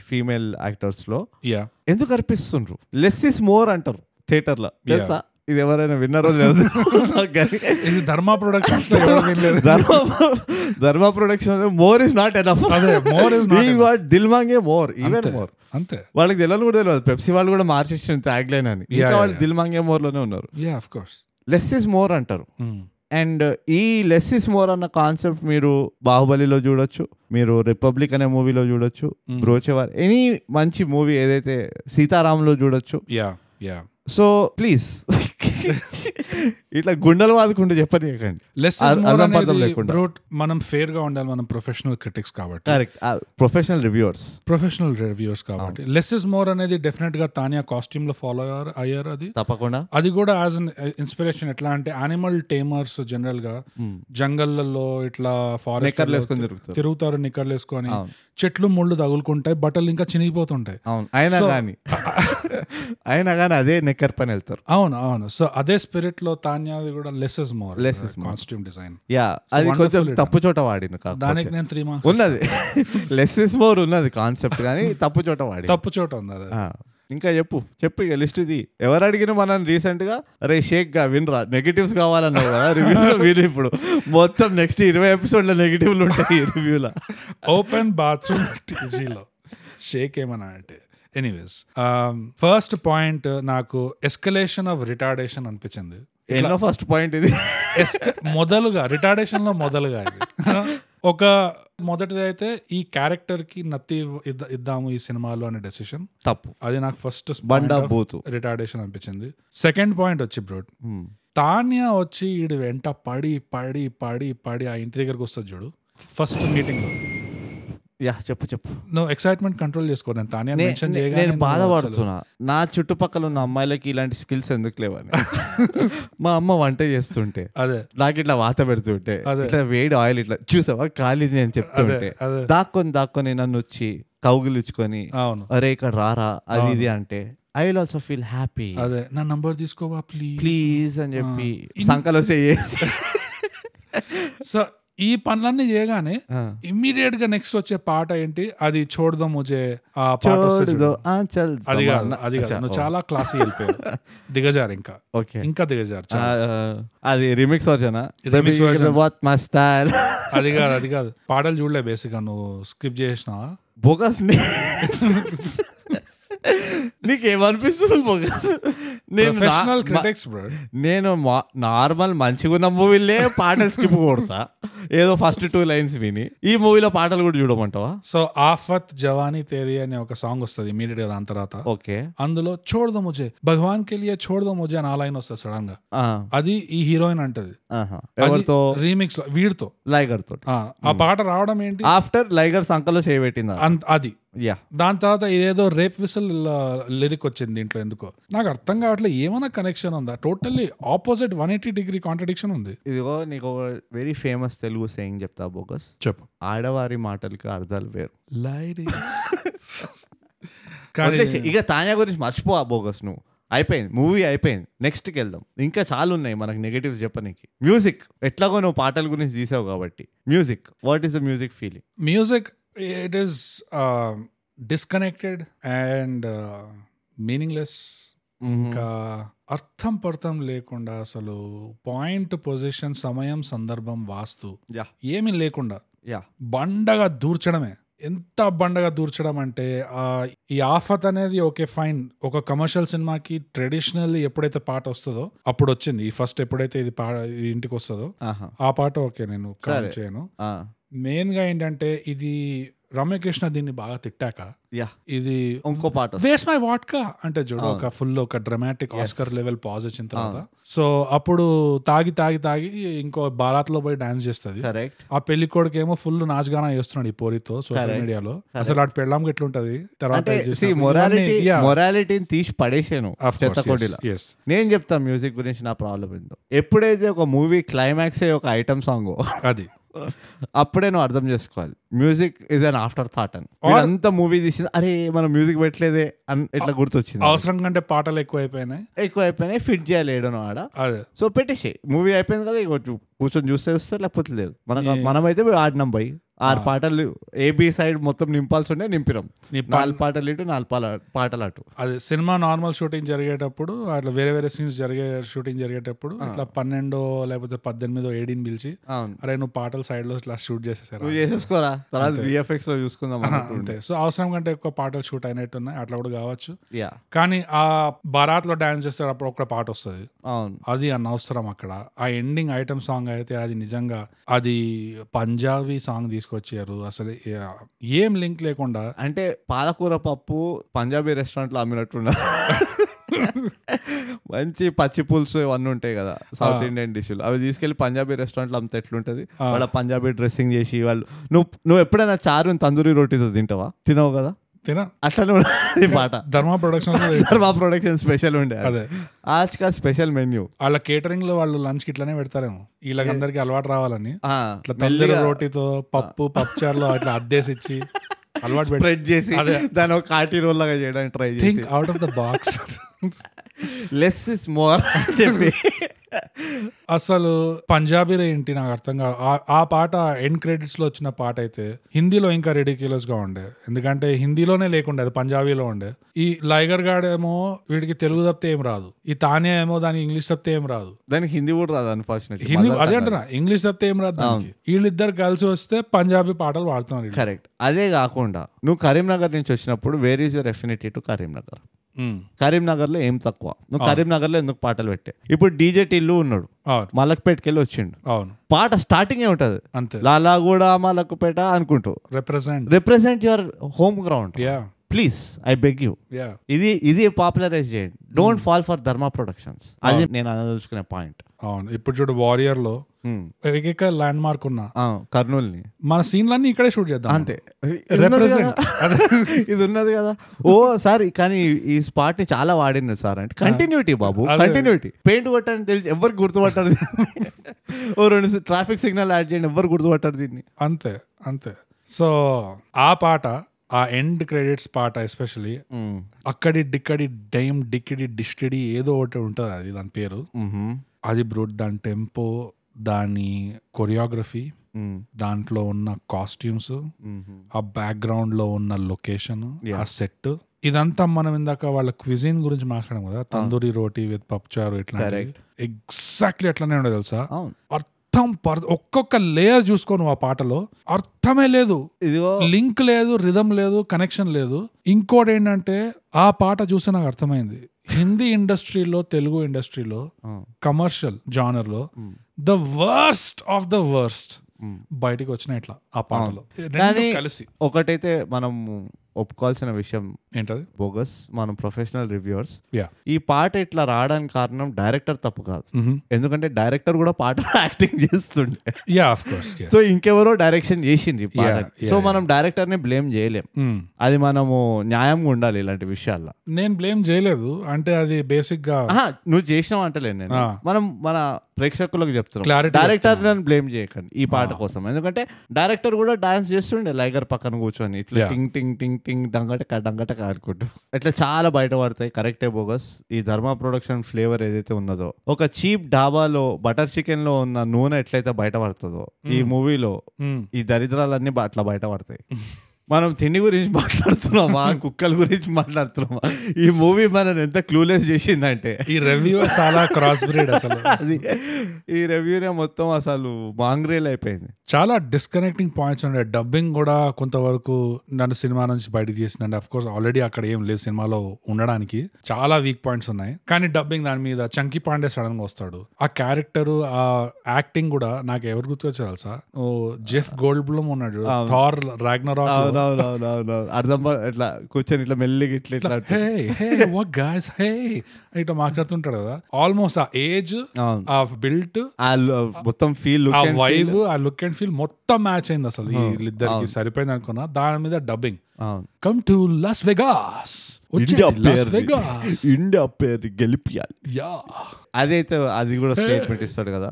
ఫీమేల్ యాక్టర్స్ లో
యా
ఎందుకు అర్పిస్తుండ్రు లెస్ ఇస్ మోర్ అంటారు థియేటర్లో తెలుసా ఇది ఎవరైనా విన్నారో లేదు నాకు కానీ
ఇది ధర్మ ప్రొడక్షన్స్ లో ఎవరు వినలేదు
ధర్మ ధర్మ production more is not enough
అదే, more is not enough.
దిల్ మాంగే మోర్ ఈవెన్ మోర్
అంతే
వాళ్ళకి తెలియదు కూడా తెలియదు పెప్సీ వాళ్ళు కూడా మార్చేసిన ట్యాగ్ లైన్ అని
Yeah,
ఇంకా
yeah,
వాళ్ళు
yeah.
దిల్ మాంగే మోర్ లోనే ఉన్నారు
yeah of course
less is more అంటారు
Hmm.
అండ్ ఈ లెస్ ఇస్ మోర్ అన్న కాన్సెప్ట్ మీరు బాహుబలిలో చూడొచ్చు మీరు రిపబ్లిక్ అనే మూవీలో చూడొచ్చు బ్రోచేవార్ ఎనీ మంచి మూవీ ఏదైతే సీతారాంలో చూడొచ్చు
యా యా
సో ప్లీజ్ ఇట్లా గుండెలు వాదుకుంటే చెప్పనీయకండి
లెస్
అర్- అర్థం పర్థం లేకుండా.
బ్రోట్ మనం ఫేర్ గా ఉండాలి మనం ప్రొఫెషనల్ క్రిటిక్స్ కాబట్టి
correct professional reviewers
professional reviews కాబట్టి లెస్ ఇస్ మోర్ అనేది డెఫినెట్ గా తానియా కాస్ట్యూమ్ లో ఫాలో అయ్యారు అయ్యారు అది
తప్పకుండా
అది కూడా యాజ్ అన్ ఇన్స్పిరేషన్ ఎట్లా అంటే యానిమల్ టేమర్స్ జనరల్ గా జంగల్లలో ఇట్లా
Hmm. నిక్కర్లు
ఫారెస్ట్
వేసుకొని తిరుగుతారు
తిరుగుతారు నిక్కర్లు వేసుకొని
అవును.
చెట్లు ముళ్ళు తగులుకుంటాయి బట్టలు ఇంకా చినిగిపోతుంటాయి
అవును అయినా కానీ అయినా కానీ అదే నెక్కర్ పని వెళ్తారు
అవును అవును సో అదే స్పిరిట్ లో తాన్యాది కూడా less is more
Less is more.
Costume design
yeah అది
wonderful
కొంచెం
it.
తప్పు చోట వాడింది కాకపోతే
దానికి నేను త్రీ మార్క్స్
ఉన్నది లెస్ ఇస్ మోర్ ఉన్నది కాన్సెప్ట్ కానీ తప్పు చోట వాడి
తప్పు చోట ఉంది అది
ఇంకా చెప్పు చెప్పు ఇక లిస్ట్ ఇది ఎవరు అడిగిన మనం రీసెంట్ గా అరే షేక్ గా వినరా నెగిటివ్స్ కావాలన్నావు కదా రివ్యూలో విను ఇప్పుడు మొత్తం నెక్స్ట్ ఇరవై ఎపిసోడ్ల నెగిటివ్లు ఉంటాయి రివ్యూలో
ఓపెన్ బాత్రూమ్ టీజీలో షేక్ ఏమన్నా అంటే anyways um, first point uh, నాకు ఎస్కలేషన్ ఆఫ్ రిటార్డేషన్ అనిపించింది
ఎన్నో ఫస్ట్ పాయింట్ ఇది
Esca- మొదలుగా రిటార్డేషన్ లో మొదలుగా ఇది ఒక మొదటిది అయితే ఈ క్యారెక్టర్ కి నత్తి ఇద్ద- ఇద్దాము ఈ సినిమాలో అనే డెసిషన్
తప్పు
అది నాకు ఫస్ట్
బండా బూతు
రిటార్డేషన్ అనిపించింది సెకండ్ పాయింట్ వచ్చి బ్రోట్ తాన్యా వచ్చి వీడి వెంట పడి పడి పడి పడి ఆ ఇంటి దగ్గరకు వస్తుంది చూడు ఫస్ట్ మీటింగ్ లో
యా చెప్పు చెప్పు
నువ్వు ఎక్సైట్మెంట్ కంట్రోల్ చేసుకో నేను తాన్యా
నే-
మెన్షన్
నే-
చేయగానే
నేను
నువ్వు అసలు-
బాధపడుతున్నా నా చుట్టుపక్కల ఉన్న అమ్మాయిలకి ఇలాంటి స్కిల్స్ ఎందుకు లేవని మా అమ్మ వంట చేస్తుంటే
అదే
నాకు ఇట్లా వాత పెడుతుంటే
అదే.
ఇట్లా వేడి ఆయిల్ ఇట్లా చూసావా కాలిది నేను చెప్తుంటే
అదే.
దాక్కొని దాక్కొని నన్ను వచ్చి కౌగిలించుకొని
అవును
అరే ఇక్కడ రారా అది ఇది అంటే I will also feel happy
అదే నా నంబర్ తీసుకోవా ప్లీజ్
ప్లీజ్ అని చెప్పి సంకలో చేసి
సో ఈ పనులన్నీ చేయగానే ఇమ్మీడియట్ గా నెక్స్ట్ వచ్చే పాట ఏంటి అది చూడదాం ముజే ఆ పాట వస్తుంది చూడు.
చూడదు ఆంచల్
అది కాదు అది కాదు నువ్వు చాలా క్లాసీ వెళ్ళిపోయావు దిగజారు ఇంకా
ఓకే
ఇంకా దిగజారు చాలా.
అది రిమిక్స్ వర్జనా
Remix version.
What my style
అది కాదు అది కాదు పాటలు చూడలే బేసిక్ గా నువ్వు స్కిప్ చేసినావా
బోగస్ నీకేమనిపిస్తుంది బోగస్ నేను నా-
ప్రొఫెషనల్
మా-
క్రిటిక్స్ బ్రో
నేను మా- నార్మల్ మంచిగా ఉన్న మూవీలే పాటలు స్కిప్ కొడతా ఏదో ఫస్ట్ టూ లైన్స్ విని ఈ మూవీలో పాటలు కూడా చూడమంటావా
సో ఆఫత్ జవానీ తేరీ అనే ఒక సాంగ్ వస్తుంది ఇమీడియట్ గా దాని తర్వాత
ఓకే
అందులో చూడదు ముజే భగవాన్ కే లియే చూడదు ముజే అని ఆ లైన్ వస్తుంది సడన్ గా
ఆ,
అది ఈ హీరోయిన్ అంటది
ఆహా. ఎవరితో
రీమిక్స్ లో వీడితో
లైగర్ తోటి
ఆ, ఆ పాట రావడం ఏంటి
ఆఫ్టర్ లైగర్ సంకలో చేయబెట్టిందా
అంత- అది
యా
దాని తర్వాత ఏదో రేప్ విసల్ లిరిక్ వచ్చింది దీంట్లో ఎందుకో నాకు అర్థం కావట్లేదు ఏమైనా కనెక్షన్ ఉందా totally opposite one eighty degree contradiction ఉంది
ఇదిగో నీకు వెరీ ఫేమస్ తెలుగు సేయింగ్ చెప్తా బోగస్
చెప్పు
ఆడవారి మాటలకి అర్థాలు వేరు వదిలేసి,
కానీ
ఇక తాన్యా గురించి మర్చిపో ఆ బోగస్ నువ్వు అయిపోయింది మూవీ అయిపోయింది నెక్స్ట్కి వెళ్దాం ఇంకా చాలా ఉన్నాయి మనకి నెగటివ్స్ చెప్పనీకి మ్యూజిక్ ఎట్లాగో నువ్వు పాటల గురించి తీసావు కాబట్టి music what is the music feeling
music it is disconnected and meaningless ఇంకా అర్థం పర్థం లేకుండా అసలు పాయింట్ పొజిషన్ సమయం సందర్భం వాస్తు
Yeah.
ఏమీ లేకుండా
యా
బండగా దూర్చడమే ఎంత బండగా దూర్చడం అంటే ఆ, ఈ ఆఫత్ అనేది ఓకే ఫైన్ ఒక కమర్షియల్ సినిమాకి ట్రెడిషనల్ ఎప్పుడైతే పాట వస్తుందో అప్పుడు వచ్చింది ఈ ఫస్ట్ ఎప్పుడైతే ఇది పా ఇది ఇంటికి వస్తుందో
ఆహా
ఆ పాట ఓకే నేను
సరే.
కనెక్ట్ చేయను
ఆ,
మెయిన్ గా ఏంటంటే ఇది రమ్యకృష్ణ దీన్ని బాగా తిట్టాక
యా
ఇది
ఇంకో పాట వస్తుంది.
వేస్ మై వాట్కా అంటే చూడు ఒక ఫుల్ ఒక డ్రమాటిక్ ఆస్కర్ లెవెల్ పాజ్ వచ్చిన తర్వాత సో అప్పుడు తాగి తాగి తాగి ఇంకో బారాత్ లో పోయి డాన్స్ చేస్తుంది
కరెక్ట్
ఆ పెళ్లి కొడుకు ఏమో ఫుల్ నాచుగానా చేస్తున్నాడు ఈ పోరితో సోషల్ మీడియాలో అసలు వాటి పెళ్ళాం ఎట్లుంటది తర్వాత
అంటే
ఇది
see,
చూసినప్పుడు
morality
ఇవన్నీ- yeah,
మొరాలిటీని తీసి పడేసాను
of course,
చెత్తకొడిలా
yes, yes.
నేను చెప్తా మ్యూజిక్ గురించి నా ప్రాబ్లం ఏందో ఎప్పుడైతే ఒక మూవీ క్లైమాక్స్ ఒక ఐటమ్ సాంగ్
అది
అప్పుడే నువ్వు అర్థం చేసుకోవాలి music is an afterthought అని అంతా మూవీ తీసింది అరే మనం మ్యూజిక్ పెట్టలేదే అని ఇట్లా గుర్తొచ్చింది
అవసరం కంటే పాటలు ఎక్కువ అయిపోయినాయి
ఎక్కువ అయిపోయినాయి ఫిట్ చేయాలి ఏడనో ఆడ
అదే
సో పెట్టేసి మూవీ అయిపోయింది కదా ఇగో చూ- కూర్చొని చూస్తే వస్తే లేకపోతే లేదు మనకు
Yeah.
మనమైతే ఆడినాం పోయి ఆరు పాటలు ఏబి సైడ్ మొత్తం నింపాల్సి ఉండే నింపినాం
నీ పా-
నాలుగు పాటలు ఇటు నాలుగు పాల- పాటలు అటు
అదే సినిమా నార్మల్ షూటింగ్ జరిగేటప్పుడు అట్లా వేరే వేరే సీన్స్ జరిగే షూటింగ్ జరిగేటప్పుడు ఇట్లా పన్నెండో లేకపోతే పద్దెనిమిదో ఏడీని పిలిచి
అవును
అరే నువ్వు పాటలు side లో ఇట్లా షూట్ చేసేసారు
నువ్వు చేసేసుకోరా తర్వాత విఎఫ్ఎక్స్ లో చూసుకుందాం అన్నట్టు.
అంతే సో అవసరం కంటే ఎక్కువ పాటలు షూట్ అయినట్టున్నాయి అట్లా కూడా కావచ్చు
యా
కానీ ఆ బరాత్ లో డాన్స్ చేసేటప్పుడు ఒక పాట వస్తుంది
అవును
అది అనవసరం అక్కడ ఆ ఎండింగ్ ఐటమ్ సాంగ్ అయితే అది నిజంగా అది పంజాబీ సాంగ్ తీసుకొచ్చారు అసలు ఏ- ఏం లింక్ లేకుండా
అంటే పాలకూర పప్పు పంజాబీ రెస్టారెంట్లో అమ్మినట్టున్నా మంచి పచ్చి పులుసు ఇవన్నీ ఉంటాయి కదా సౌత్ ఇండియన్ డిష్లు అవి తీసుకెళ్లి పంజాబీ రెస్టారెంట్లో అమ్మితే ఎట్లుంటది వాళ్ళ పంజాబీ డ్రెస్సింగ్ చేసి వాళ్ళు నువ్వు నువ్వు ఎప్పుడైనా చారు తందూరి రోటీతో తింటావా తినవు కదా
తిన
అట్లనే ఉన్నది పాట
ధర్మ ప్రొడక్షన్స్
మా ప్రొడక్షన్ స్పెషల్ ఉండే
అదే
ఆజ్ కా స్పెషల్ మెన్యూ
వాళ్ళ కేటరింగ్ లో వాళ్ళు లంచ్ కి ఇట్లానే పెడతారేమో వీళ్ళకందరికి అలవాటు రావాలని ఇట్లా
మెల్లిగా
తల్లి రోటీతో పప్పు పప్పుచారులో ఇట్లా అద్దేసి ఇచ్చి అలవాటు పెట్టి
స్ప్రెడ్ చేసి దాని ఒక కాటి రోల్ లాగా చేయడానికి ట్రై చేసి
think out of the box
less is more చెప్పి
అసలు పంజాబీ రే ఏంటి నాకు అర్థం కాదు ఆ- ఆ పాట ఎండ్ క్రెడిట్స్ లో వచ్చిన పాట అయితే హిందీలో ఇంకా ridiculous గా ఉండే ఎందుకంటే హిందీలోనే లేకుండే అది పంజాబీలో ఉండే ఈ లైగర్ గాడ్ ఏమో వీడికి తెలుగు తప్పితే ఏం రాదు ఈ తానే ఏమో దానికి ఇంగ్లీష్ తప్పితే ఏం రాదు
దానికి హిందీ కూడా రాదు అన్ఫార్చునేట్లీ
హిందీ అదే అంటున్నా ఇంగ్లీష్ తప్పితే ఏం రాదు దానికి వీళ్ళిద్దరు కలిసి వస్తే పంజాబీ పాటలు పాడుతున్నారు వీళ్ళు.
కరెక్ట్ అదే కాకుండా నువ్వు కరీంనగర్ నుంచి వచ్చినప్పుడు where is your affinity to Karimnagar
um.
కరీంనగర్లో ఏం తక్కువ నువ్వు కరీంనగర్లో ఎందుకు పాటలు పెట్టే ఇప్పుడు డీజే టిల్లు ఉన్నాడు
అవును
మలక్పేటకెళ్ళి వచ్చిండు
అవును
పాట స్టార్టింగే ఉంటుంది
అంతే
లాలా కూడా మలక్పేట అనుకుంటూ
represent
represent your home ground
yeah
please I beg you
yeah
ఇది ఇది పాపులరైజ్ చేయండి don't fall for Dharma productions అది నేను అనదలుచుకునే పాయింట్
అవును ఇప్పుడు చూడు వారియర్ లో ఏకైక ల్యాండ్ మార్క్ ఉన్నా
కర్నూల్ని
మన సీన్లన్నీ ఇక్కడే షూట్ చేద్దాం
అంతే ఇది ఉన్నది
Represent.
కదా. ఇది ఉన్నది కదా ఓ సార్ కానీ ఈ స్పాట్ ని చాలా వాడినారు సార్ అంటే కంటిన్యూటీ బాబు కంటిన్యూటీ పెయింట్ కొట్టని తెలిసి ఎవరు గుర్తుపట్టారు దీన్ని? ఓ రెండు ట్రాఫిక్ సిగ్నల్ యాడ్ చేయండి ఎవరు గుర్తుపట్టారు దీన్ని
అంతే అంతే సో ఆ పాట ఆ ఎండ్ క్రెడిట్స్ పాట ఎస్పెషలీ అక్కడి డిక్కడి డైమ్ డిక్కిడి డిస్టిడి ఏదో ఒకటి ఉంటుంది అది దాని పేరు
మ్హూ.
అది బ్రూట్ దాని టెంపో దాని కొరియోగ్రఫీ
మ్.
దాంట్లో ఉన్న కాస్ట్యూమ్స్
మ్హూ.
ఆ బ్యాక్గ్రౌండ్ లో ఉన్న లొకేషన్ ఆ సెట్ ఇదంతా మనం ఇందాక వాళ్ళ క్విజిన్ గురించి మాట్లాడాం కదా తందూరి రోటీ విత్ పప్చారు ఇట్లా
Correct.
ఎగ్జాక్ట్లీ అట్లానే ఉండదు తెలుసా
అవును
అర్థం పర్- ఒక్కొక్క లేయర్ చూసుకో నువ్వు ఆ పాటలో అర్థమే లేదు
ఇదిగో
లింక్ లేదు రిధమ్ లేదు కనెక్షన్ లేదు ఇంకోటి ఏంటంటే ఆ పాట చూస్తే నాకు అర్థమైంది హిందీ ఇండస్ట్రీలో తెలుగు ఇండస్ట్రీలో కమర్షియల్ జానర్ లో the worst of the worst బయటికి వచ్చిన ఇట్లా ఆ పాటలో రెండు
కానీ-
కలిసి
ఒకటైతే మనం ఒప్పుకోవాల్సిన విషయం
ఏంటది
బోగస్ మనం ప్రొఫెషనల్ రివ్యూవర్స్
యా
ఈ పాట ఇట్లా రావడానికి కారణం డైరెక్టర్ తప్పు కాదు
Mm-hmm.
ఎందుకంటే డైరెక్టర్ కూడా పాట యాక్టింగ్ చేస్తుండే
యా ఆఫ్ కోర్స్
సో ఇంకెవరో డైరెక్షన్ చేసింది
Yeah,
సో మనం డైరెక్టర్ ని బ్లేమ్ చేయలేం అది మనము న్యాయంగా ఉండాలి ఇలాంటి విషయాల్లో
Mm. నేను బ్లేమ్ చేయలేదు అంటే అది బేసిక్ గా
ఆహా, నువ్వు చేసినావు అంటలేదు నేను
Ah.
మనం మన ప్రేక్షకులకు చెప్తున్నాం
Clarity
డైరెక్టర్ బ్లేమ్ చేయకండి ఈ పాట కోసం ఎందుకంటే డైరెక్టర్ కూడా డాన్స్ చేస్తుండే లైగర్ పక్కన కూర్చొని ఇట్లా
Yeah.
టింగ్ టింగ్ టింగ్ టింగ్ డంగటక డంగటక అనుకుంటూ ఇట్లా చాలా బయట పడతాయి కరెక్టే బోగస్ ఈ ధర్మ ప్రొడక్షన్ ఫ్లేవర్ ఏదైతే ఉన్నదో ఒక చీప్ డాబాలో బటర్ చికెన్ లో ఉన్న నూనె ఎట్లయితే బయట పడుతుందో ఈ మూవీలో
Mm.
ఈ దరిద్రాలన్నీ బ- అట్లా బయట పడతాయి మనం తిండి గురించి మాట్లాడుతున్నామా కుక్కల గురించి మాట్లాడుతున్నామా ఈ మూవీ మనని ఎంత క్లూలెస్ చేసిందంటే
ఈ రెవ్యూ చాలా క్రాస్ బ్రీడ్ అసలు
అది ఈ రెవ్యూనే మొత్తం అసలు మాంగ్రేల్ అయిపోయింది
చాలా డిస్కనెక్టింగ్ పాయింట్స్ ఉన్నాయి డబ్బింగ్ కూడా కొంతవరకు నన్ను సినిమా నుంచి బయటకు తీసిందండి అఫ్ కోర్స్ ఆల్రెడీ అక్కడ ఏం లేదు సినిమాలో ఉండడానికి చాలా వీక్ పాయింట్స్ ఉన్నాయి కానీ డబ్బింగ్ దాని మీద చంకీ పాండే సడన్ గా వస్తాడు ఆ క్యారెక్టర్ ఆ యాక్టింగ్ కూడా నాకు ఎవరు గుర్తుకొచ్చే తెలుసా ఓ జెఫ్ గోల్డ్ బ్లూమ్ ఉన్నాడు థార్ రాగ్నరాక్
అవునవునవునవును అర్థం ప- ఇట్లా కూర్చొని ఇట్లా మెల్లిగా ఇట్లా ఇట్లా
hey hey what guys hey ఇట్లా మాట్లాడుతుంటాడు కదా ఆల్మోస్ట్ ఆ ఏజ్
అవును
ఆ బిల్ట్
ఆ లు- మొత్తం ఫీల్
ఆ వైబ్ ఆ లుక్ అండ్ ఫీల్ మొత్తం మ్యాచ్ అయింది అసలు వీళ్ళిద్దరికి సరిపోయింది అనుకున్నా దాని మీద డబ్బింగ్
అవును
come to Las Vegas
India
వచ్చే లాస్
పేరు
వెగాస్
ఇండియా పేరు గెలిపియాలి
యా
అదైతే అది కూడా స్టేట్మెంట్ ఇస్తాడు కదా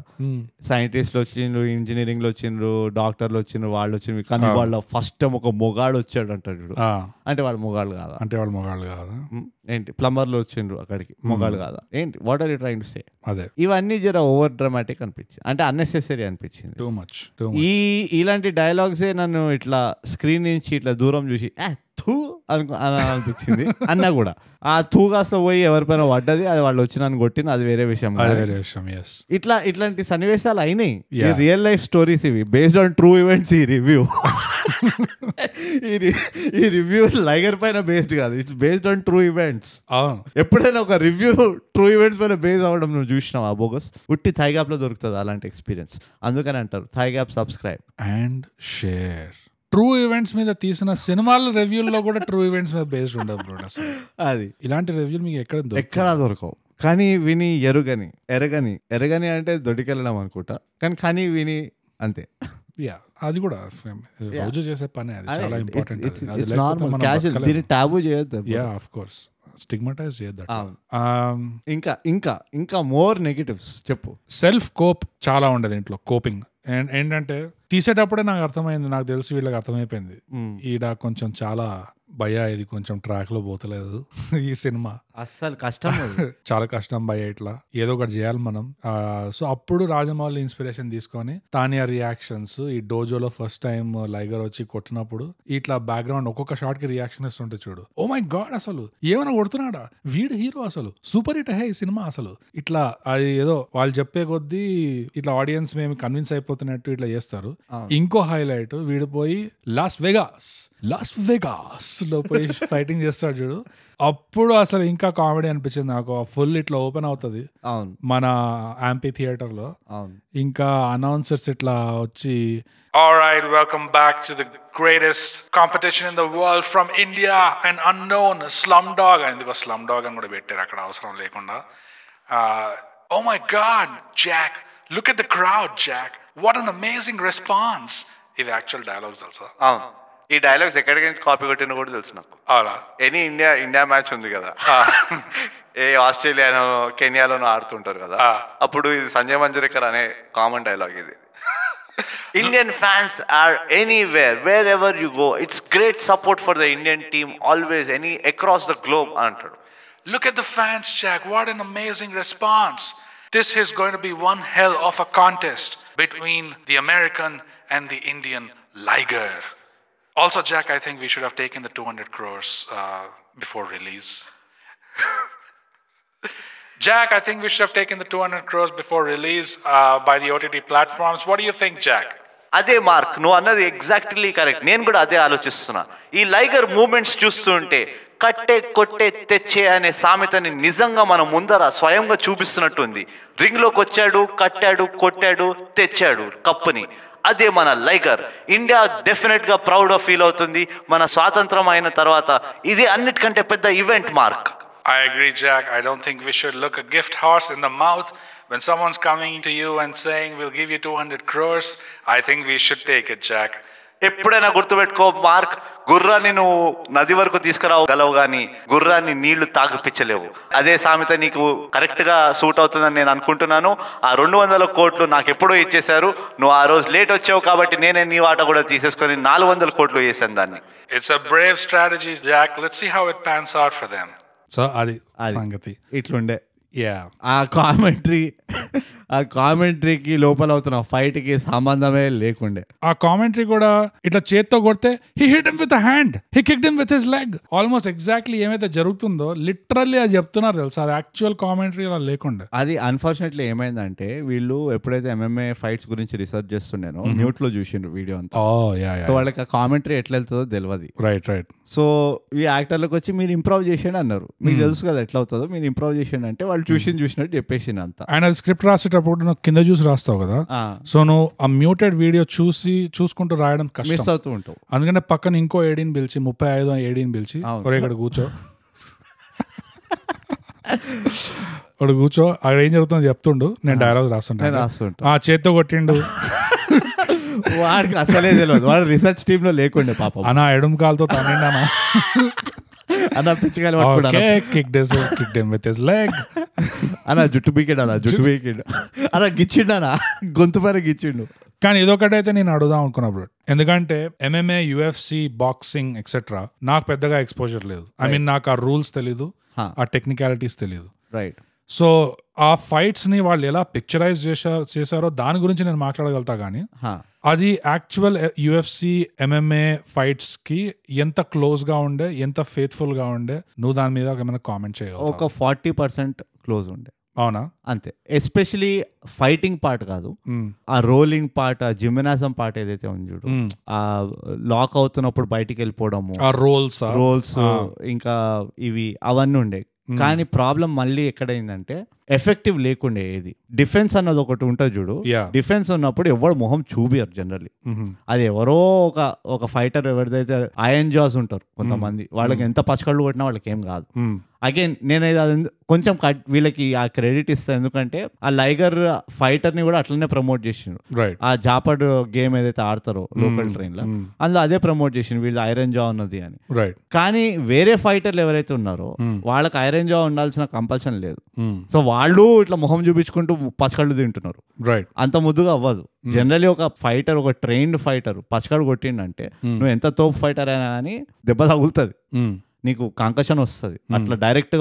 సైంటిస్టులు వచ్చిండ్రు ఇంజనీరింగ్లు వచ్చిండ్రు డాక్టర్లు వచ్చిండ్రు వాళ్ళు వచ్చిండ్రు కానీ వాళ్ళ ఫస్ట్ టైం ఒక మొగాడు వచ్చాడు అంటాడు వీడు.
ఆ,
అంటే వాళ్ళు మొగాళ్ళు కాదా
అంటే వాళ్ళు మగాళ్ళు కాదా
ఉమ్, ఏంటి ప్లంబర్లు వచ్చిండ్రు అక్కడికి మొగాళ్ళు కాదా ఏంటి what are you trying to say
అదే
ఇవన్నీ జర ఓవర్ డ్రామాటిక్ అనిపించింది అంటే అన్నెసెసరీ అనిపించింది
టూ మచ్ టూ
ఈ ఇలాంటి డైలాగ్సే నన్ను ఇట్లా స్క్రీన్ నుంచి ఇట్లా దూరం చూసి "ఆ, థూ అనుకు అని అనిపించింది అన్నా కూడా ఆ థూ కాస్త పోయి ఎవరిపైన పడ్డది అది వాళ్ళు వచ్చి నన్ను కొట్టిన అది వేరే విషయం
అదే
కాదు.
వేరే విషయం ఎస్
ఇట్లా ఇట్లాంటి సన్నివేశాలు అయినాయి
Yeah.
రియల్ లైఫ్ స్టోరీస్ ఇవి బేస్డ్ ఆన్ ట్రూ ఈవెంట్స్ ఈ రివ్యూ ఈ రి- ఈ రివ్యూ లైగర్ పైన బేస్డ్ కాదు it's based on true events
అవును
ఎప్పుడైనా ఒక రివ్యూ ట్రూ ఈవెంట్స్ పైన బేస్ అవ్వడం నువ్వు చూసినావు ఆ బోగస్ ఉట్టి థైగ్యాప్ లో దొరుకుతుంది అలాంటి ఎక్స్పీరియన్స్ అందుకని అంటారు thigh gap subscribe
and share true events మీద తీసిన సినిమాల రివ్యూల్లో కూడా ట్రూ ఈవెంట్స్ మీద బేస్డ్ ఉండదు బ్రో అసలు
అది
ఇలాంటి రివ్యూలు మీకు ఎక్కడ దొరకవు.
ఎక్కడా దొరకవు కానీ విని ఎరుగని ఎరగని ఎరగని అంటే దొడికెళ్ళడం అనుకుంటా కానీ కానీ విని అంతే
యా అది కూడా fam- రోజు చేసే పనే అది చాలా ఇంపార్టెంట్ అది. అది
ఇట్స్
లేకపోతే
నార్మల్
మనం
క్యాజువల్
బతకలేము.
దీన్ని టాబు చేయొద్దు
యా ఆఫ్ కోర్స్ స్టిగ్మటైజ్ చేయద్దు
అవును.
Um,
ఇంకా ఇంకా ఇంకా మోర్ నెగటివ్స్ చెప్పు
సెల్ఫ్ కోప్ చాలా ఉండదు ఇంట్లో కోపింగ్ అండ్ ఏంటంటే తీసేటప్పుడే నాకు అర్థమైంది నాకు తెలిసి వీళ్ళకి అర్థమైపోయింది
Mm.
ఈడ కొంచెం చాలా భయ ఇది కొంచెం ట్రాక్ లో పోతలేదు ఈ సినిమా
అస్సలు కష్టం అది.
చాలా కష్టం భయ ఇట్లా ఏదో ఒకటి చేయాలి మనం సో అప్పుడు రాజమౌళి ఇన్స్పిరేషన్ తీసుకొని తానియా రియాక్షన్స్ ఈ డోజోలో ఫస్ట్ టైం లైగర్ వచ్చి కొట్టినప్పుడు ఇట్లా బ్యాక్గ్రౌండ్ ఒక్కొక్క షాట్ కి రియాక్షన్ ఇస్తుంటే చూడు ఓ మై గాడ్ అసలు ఏమైనా కొడుతున్నాడా వీడు హీరో అసలు సూపర్ హిట్ హే ఈ సినిమా అసలు ఇట్లా అది ఏదో వాళ్ళు చెప్పే కొద్దీ ఇట్లా ఆడియన్స్ మేము కన్విన్స్ అయిపోతున్నట్టు ఇట్లా చేస్తారు ఇంకో హైలైట్ వీడు పోయి లాస్ వెగాస్ లాస్ వెగాస్ లో పోయి ఫైటింగ్ చేస్తాడు చూడు అప్పుడు అసలు ఇంకా కామెడీ అనిపించింది నాకు ఫుల్ ఇట్లా ఓపెన్ అవుతుంది
అవును
మన యాంపీ థియేటర్ లో
అవును
ఇంకా అనౌన్సర్స్ ఇట్లా వచ్చి All right, welcome back to the greatest competition in the world from India, an unknown slumdog. ఎందుకో slumdog అని కూడా పెట్టారు అక్కడ అవసరం లేకుండా. Uh, oh my God, Jack, look at the crowd, Jack. What an amazing response. ఇవి యాక్చువల్ డైలాగ్స్ తెలుసా
అవును ఈ డైలాగ్స్ ఎక్కడికి కాపీ కొట్టిన కూడా తెలుసు నాకు
అలా
ఎనీ ఇండియా ఇండియా మ్యాచ్ ఉంది కదా ఏ ఆస్ట్రేలియాలోనో కెనియాలోనో ఆడుతుంటారు కదా
ఆ.
అప్పుడు ఇది సంజయ్ మంజరేకర్ అనే కామన్ డైలాగ్ ఇది Indian fans are anywhere wherever you go it's great support for the Indian team always any across the globe అంటాడు
Look at the fans, Jack. What an amazing response. This is going to be one hell of a contest between the American and the Indian Liger. Also, Jack, I think we should have taken the 200 crores uh, before release. Jack, I think we should have taken the 200 crores before release uh, by the OTT platforms. What do you think, Jack?
అదే మార్క్ నువ్వు అన్నది ఎగ్జాక్ట్లీ కరెక్ట్ నేను కూడా అదే ఆలోచిస్తున్నా ఈ లైగర్ మూమెంట్స్ చూస్తుంటే కట్టే కొట్టే తెచ్చే అనే సామెతని నిజంగా మన ముందర స్వయంగా చూపిస్తున్నట్టుంది రింగ్లోకి వచ్చాడు కట్టాడు కొట్టాడు తెచ్చాడు కప్పుని అదే మన లైగర్ ఇండియా డెఫినెట్ గా ప్రౌడ్ ఫీల్ అవుతుంది మన స్వాతంత్రం అయిన తర్వాత ఇది అన్నిటికంటే పెద్ద event mark
I agree, Jack. I don't think we should look a gift horse in the mouth when someone's coming to you and saying, We'll give you 200 crores. I think we should take it, Jack.
ఎప్పుడైనా గుర్తుపెట్టుకో మార్క్ గుర్రాన్ని నువ్వు నది వరకు తీసుకురాగలవు కానీ గుర్రాన్ని నీళ్లు తాగిపించలేవు అదే సామెత నీకు కరెక్ట్ గా సూట్ అవుతుందని నేను అనుకుంటున్నాను ఆ రెండు వందల కోట్లు నాకు ఎప్పుడో ఇచ్చేశారు నువ్వు ఆ రోజు లేట్ వచ్చావు కాబట్టి నేనే నీ వాట కూడా తీసేసుకొని నాలుగు వందల కోట్లు వేసాను దాన్ని
It's a brave strategy, Jack. Let's see how it pans out for them. So, Adi,
Adi.
Sangati.
ఇట్లుండే
Yeah.
ఆ కామెంటరీ ఆ కామెంటరీకి లోపల అవుతున్న ఫైట్కి సంబంధమే లేకుండే
ఆ కామెంటరీ కూడా ఇట్లా చేత్తో కొడితే he hit him with hand he kicked him with his leg almost exactly ఏమైతే జరుగుతుందో లిటరల్లీ అది చెప్తున్నారు తెలుసా అది యాక్చువల్ కామెంటరీ అలా లేకుండా
అది అన్ఫార్చునేట్లీ ఏమైందంటే వీళ్ళు ఎప్పుడైతే ఎంఎంఏ ఫైట్స్ గురించి రీసెర్చ్ చేస్తున్నానో మ్యూట్ లో చూసిండ్రు వీడియో అంతా
ఓ యా
సో వాళ్ళకి ఆ కామెంటరీ ఎట్లా వెళ్తుందో తెలియదు
రైట్ రైట్
సో ఈ యాక్టర్లకు వచ్చి మీరు ఇంప్రూవ్ చేసేయండి అన్నారు మీకు తెలుసు కదా ఎట్లా అవుతుందో మీరు ఇంప్రూవ్ చేసేయండి అంటే వాళ్ళు చూసింది చూసినట్టు చెప్పేసింది అంతా
ఆయన అది స్క్రిప్ట్ రాసేటప్పుడు నువ్వు కింద చూసి రాస్తావు కదా
ఆ,
సో నువ్వు ఆ మ్యూటెడ్ వీడియో చూసి చూసుకుంటూ రాయడం
మిస్
కష్టం
అవుతూ ఉంటావు
అందుకనే పక్కన ఇంకో ఏడీని పిలిచి ముప్పై ఐదు ఏడీని పిలిచి
అవును.
ఒరే ఇక్కడ కూర్చో వాడు కూర్చో అక్కడ ఏం జరుగుతుందో చెప్తుండు నేను డైలాగ్
నేను
రాస్తుంటాను
రాస్తుంటా
ఆ చేత్తో కొట్టిండు
వాడికి అసలే తెలియదు వాడు రీసెర్చ్ టీమ్ లో లేకుండే పాపం
అనా ఎడుం కాలుతో తనండి
అన్న పిచ్చికాయలు పట్టుకున్నాను
kick this kick them with his leg
అలా జుట్టు పీకిండు అలా జుట్టు పీకిండు అలా గిచ్చిండు అలా గొంతు పైన గిచ్చిండు
కానీ ఇదొకటైతే నేను అడుగుదాం అనుకున్నప్పుడు ఎందుకంటే ఎంఎంఏ యుఎఫ్సి బాక్సింగ్ ఎక్సెట్రా నాకు పెద్దగా ఎక్స్పోజర్ లేదు ఐ మీన్ నాకు ఆ రూల్స్ తెలీదు
హా.
ఆ టెక్నికాలిటీస్ తెలీదు
రైట్
సో ఆ ఫైట్స్ ని వాళ్ళు ఎలా పిక్చరైజ్ చేశారు చేశారో దాని గురించి నేను మాట్లాడగలుగుతా కానీ అది యాక్చువల్ యుఎఫ్సి ఎంఎంఏ ఫైట్స్ కి ఎంత క్లోజ్ గా ఉండే ఎంత ఫేత్ఫుల్ గా ఉండే నువ్వు దాని మీద ఏమైనా కామెంట్ చేయగలవు
ఒక ఫార్టీ పర్సెంట్ క్లోజ్ ఉండే
అవునా
అంతే ఎస్పెషలీ ఫైటింగ్ పార్ట్ కాదు
మ్మ్.
ఆ రోలింగ్ పార్ట్ ఆ జిమ్నాసం పార్ట్ ఏదైతే ఉంది చూడు
మ్మ్.
ఆ లాక్ అవుతున్నప్పుడు బయటికి వెళ్ళిపోవడము
ఆ రోల్స్
రోల్స్ ఇంకా ఇవి అవన్నీ ఉండే కానీ ప్రాబ్లం మళ్ళీ ఎక్కడైందంటే ఎఫెక్టివ్ లేకుండే ఏది డిఫెన్స్ అన్నది ఒకటి ఉంటుంది చూడు
యా
డిఫెన్స్ ఉన్నప్పుడు ఎవరు మొహం చూపియరు జనరల్లీ అది ఎవరో ఒక ఒక ఫైటర్ ఎవరిదైతే ఐఎన్ జాస్ ఉంటారు కొంతమంది వాళ్ళకి ఎంత పచ్చకళ్ళు కొట్టినా వాళ్ళకి ఏం కాదు అగైన్ నేనైతే అది ఎందు- కొంచెం కట్- వీళ్ళకి ఆ క్రెడిట్ ఇస్తాను ఎందుకంటే ఆ లైగర్ ఫైటర్ ని కూడా అట్లనే ప్రమోట్ చేసిండు
రైట్
ఆ జాపడ్ గేమ్ ఏదైతే ఆడతారో లోకల్ ట్రైన్ లో అందులో అదే ప్రమోట్ చేసిండు వీళ్ళది ఐరన్ జా ఉన్నది అని
రైట్
కానీ వేరే ఫైటర్లు ఎవరైతే ఉన్నారో వాళ్ళకి ఐరన్ జా ఉండాల్సిన కంపల్షన్ లేదు సో వాళ్ళు ఇట్లా మొహం చూపించుకుంటూ పచ్చకళ్ళు తింటున్నారు
రైట్
అంత ముద్దుగా అవ్వదు జనరలీ ఒక ఫైటర్ ఒక ట్రైన్డ్ ఫైటర్ పచ్చకాడు కొట్టిండంటే నువ్వు ఎంత తోపు ఫైటర్ అయినా కానీ దెబ్బ తగులుతుంది నీకు కంకషన్ వస్తుంది అట్లా direct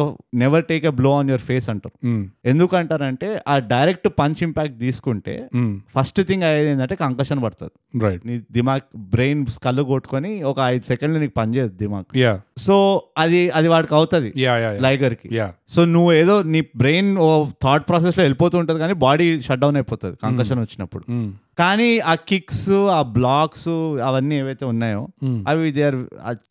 never take a blow on your face అంటారు ఎందుకు అంటారంటే ఆ డైరెక్ట్ పంచ్ ఇంపాక్ట్ తీసుకుంటే ఫస్ట్ థింగ్ అయ్యేది ఏంటంటే కంకషన్ పడుతుంది
రైట్
నీ దిమాగ్ బ్రెయిన్ కళ్ళు కొట్టుకొని ఒక ఐదు సెకండ్లు నీకు పనిచేయదు దిమాగ్
యా
సో అది అది వాడికి అవుతుంది
యా యా
లైగర్కి
యా
సో నువ్వు ఏదో నీ బ్రెయిన్ ఓ థాట్ ప్రాసెస్లో వెళ్ళిపోతూ ఉంటుంది కానీ బాడీ షట్ డౌన్ అయిపోతుంది కంకషన్ వచ్చినప్పుడు కానీ ఆ కిక్స్ ఆ బ్లాక్స్ అవన్నీ ఏవైతే ఉన్నాయో అవి దే ఆర్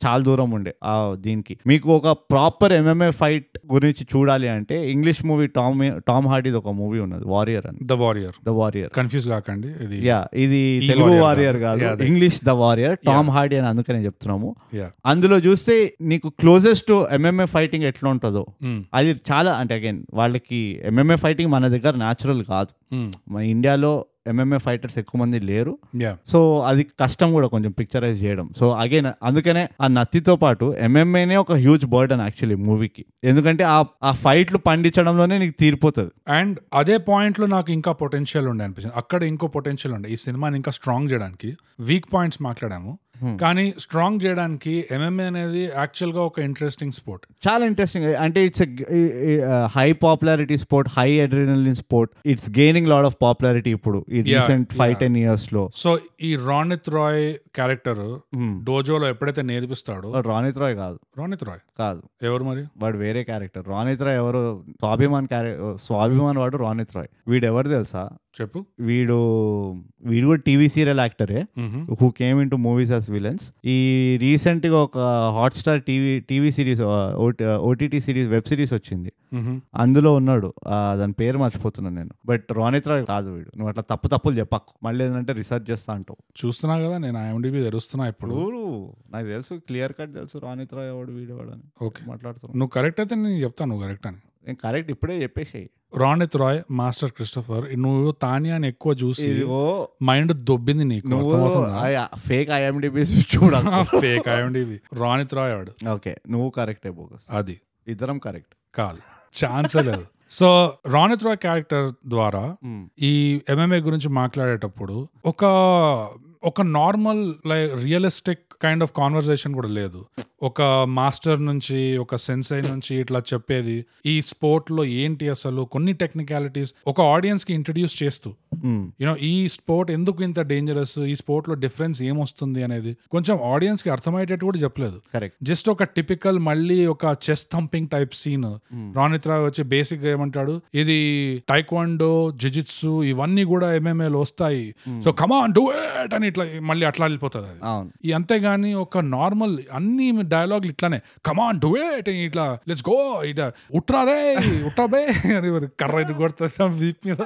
చాలా దూరం ఉండే ఆ దీనికి మీకు ఒక ప్రాపర్ ఎంఎంఏ ఫైట్ గురించి చూడాలి అంటే ఇంగ్లీష్ మూవీ టామ్ టామ్ హార్డీది ఒక మూవీ ఉన్నది వారియర్ అని
the warrior
the warrior
confuse కాకండి ఇది
యా ఇది
ఈ
తెలుగు
warrior
వారియర్ కాదు
Yeah, అదే.
English the warrior Tom Hardy అని అందుకనే చెప్తున్నాము
యా
అందులో చూస్తే నీకు క్లోజెస్ట్ ఎంఎంఏ ఫైటింగ్ ఎట్లా ఉంటుందో
Hmm.
అది చాలా అంటే అగైన్ వాళ్ళకి ఎంఎంఏ ఫైటింగ్ మన దగ్గర న్యాచురల్ కాదు
Hmm.
మన ఇండియాలో ఎంఎంఏ ఫైటర్స్ ఎక్కువ మంది లేరు
యా
సో అది కష్టం కూడా కొంచెం పిక్చరైజ్ చేయడం సో అగైన్ అందుకనే ఆ నత్తితో పాటు ఎంఎంఏనే ఒక హ్యూజ్ బర్డన్ యాక్చువల్లీ మూవీకి ఎందుకంటే ఆ ఆ ఫైట్లు పండించడంలోనే నీకు తీరిపోతుంది
అండ్ అదే పాయింట్ లో నాకు ఇంకా పొటెన్షియల్ ఉండే అనిపించింది అక్కడ ఇంకో పొటెన్షియల్ ఉండే ఈ సినిమాని ఇంకా స్ట్రాంగ్ చేయడానికి వీక్ పాయింట్స్ మాట్లాడాము కానీ స్ట్రాంగ్ చేయడానికి ఎంఎంఏ అనేది యాక్చువల్ గా ఒక ఇంట్రెస్టింగ్ స్పోర్ట్
చాలా ఇంట్రెస్టింగ్ అంటే it's high popularity sport high adrenaline sport it's gaining lot of popularity ఇప్పుడు ఈ రీసెంట్ ఫైవ్ టెన్ ఇయర్స్ లో
సో ఈ రాణిత్ రాయ్ క్యారెక్టర్ డోజోలో ఎప్పుడైతే నేర్పిస్తాడో
రాణిత్ రాయ్ కాదు
రాణిత్ రాయ్
కాదు
ఎవరు మరి
వాడు వేరే క్యారెక్టర్ రాణిత్ రాయ్ ఎవరు స్వాభిమాన్ క్యారె స్వాభిమాన్ వాడు రాణిత్ రాయ్ వీడు ఎవరు తెలుసా
చెప్పు
వీడు వీడు కూడా టీవీ సీరియల్ యాక్టరే
మ్హూ.
Who came into movies as villains ఈ రీసెంట్ గా ఒక Hotstar TV TV series uh, OTT series web series వచ్చింది
మ్హూ.
అందులో ఉన్నాడు ఆ, దాని పేరు మర్చిపోతున్నాను నేను బట్ రాణిత్ రాయ్ కాదు వీడు నువ్వు అట్లా తప్పు తప్పులు చెప్పకు మళ్ళీ ఏంటంటే రీసెర్చ్ చేస్తా అంటావు
చూస్తున్నా కదా నేను ఐఎండిబి తెరుస్తున్నా ఇప్పుడు
ఇప్పుడు నాకు తెలుసు క్లియర్ కట్ తెలుసు రాణిత్ రాయ్ ఎవడు వీడు వాడు అని
ఓకే
మాట్లాడుతున్నాను
నువ్వు కరెక్ట్ అయితే నేను చెప్తాను నువ్వు కరెక్ట్ అని
నేను కరెక్ట్ ఇప్పుడే చెప్పేసి
రాణిత్ రాయ్ మాస్టర్ క్రిస్టఫర్ నువ్వు తానియా అని ఎక్కువ చూసి
ఇదిగో
మైండ్ దొబ్బింది నీకు
నువ్వు
అర్థమవుతుందా?
ఫేక్ ఐఎండిబి చూడాలి
ఫేక్ అయ్యండి ఇవి రాణిత్ రాయ్ ఆడు
ఓకే నువ్వు కరెక్టే బోగస్
అది
ఇద్దరం కరెక్ట్
కాదు ఛాన్స్ లేదు సో రాణిత్ రాయ్ క్యారెక్టర్ ద్వారా ఈ ఎంఎంఏ గురించి మాట్లాడేటప్పుడు ఒక ఒక normal like realistic kind of conversation కూడా లేదు ఒక మాస్టర్ నుంచి ఒక సెన్సై నుంచి ఇట్లా చెప్పేది ఈ sport లో ఏంటి అసలు కొన్ని టెక్నికాలిటీస్ ఒక audience కి ఇంట్రడ్యూస్ చేస్తూ యూనో ఈ స్పోర్ట్ ఎందుకు ఇంత డేంజరస్ ఈ sport లో డిఫరెన్స్ ఏమొస్తుంది అనేది కొంచెం audience కి అర్థమయ్యేటట్టు కూడా చెప్పలేదు
కరెక్ట్
జస్ట్ ఒక టిపికల్ మళ్ళీ ఒక chest thumping type scene Ronit Roy వచ్చి బేసిక్ గా ఏమంటాడు ఇది టైక్వాండో జిజిత్సు ఇవన్నీ కూడా ఎంఎంఏలు వస్తాయి సో కమాన్ డూ ఇట్ అని ఇట్లా మళ్ళీ అట్లా వెళ్ళిపోతుంది అది
అవును
ఈ అంతేగాని ఒక నార్మల్ అన్ని డైలాగులు ఇట్లానే కమాన్ డూ ఇట్ ఇట్లా లెట్స్ గో ఇట్ ఉట్రా రే ఉట్రా బే అని మరి కర్ర ఇది కొడుతుంది వీప్ మీద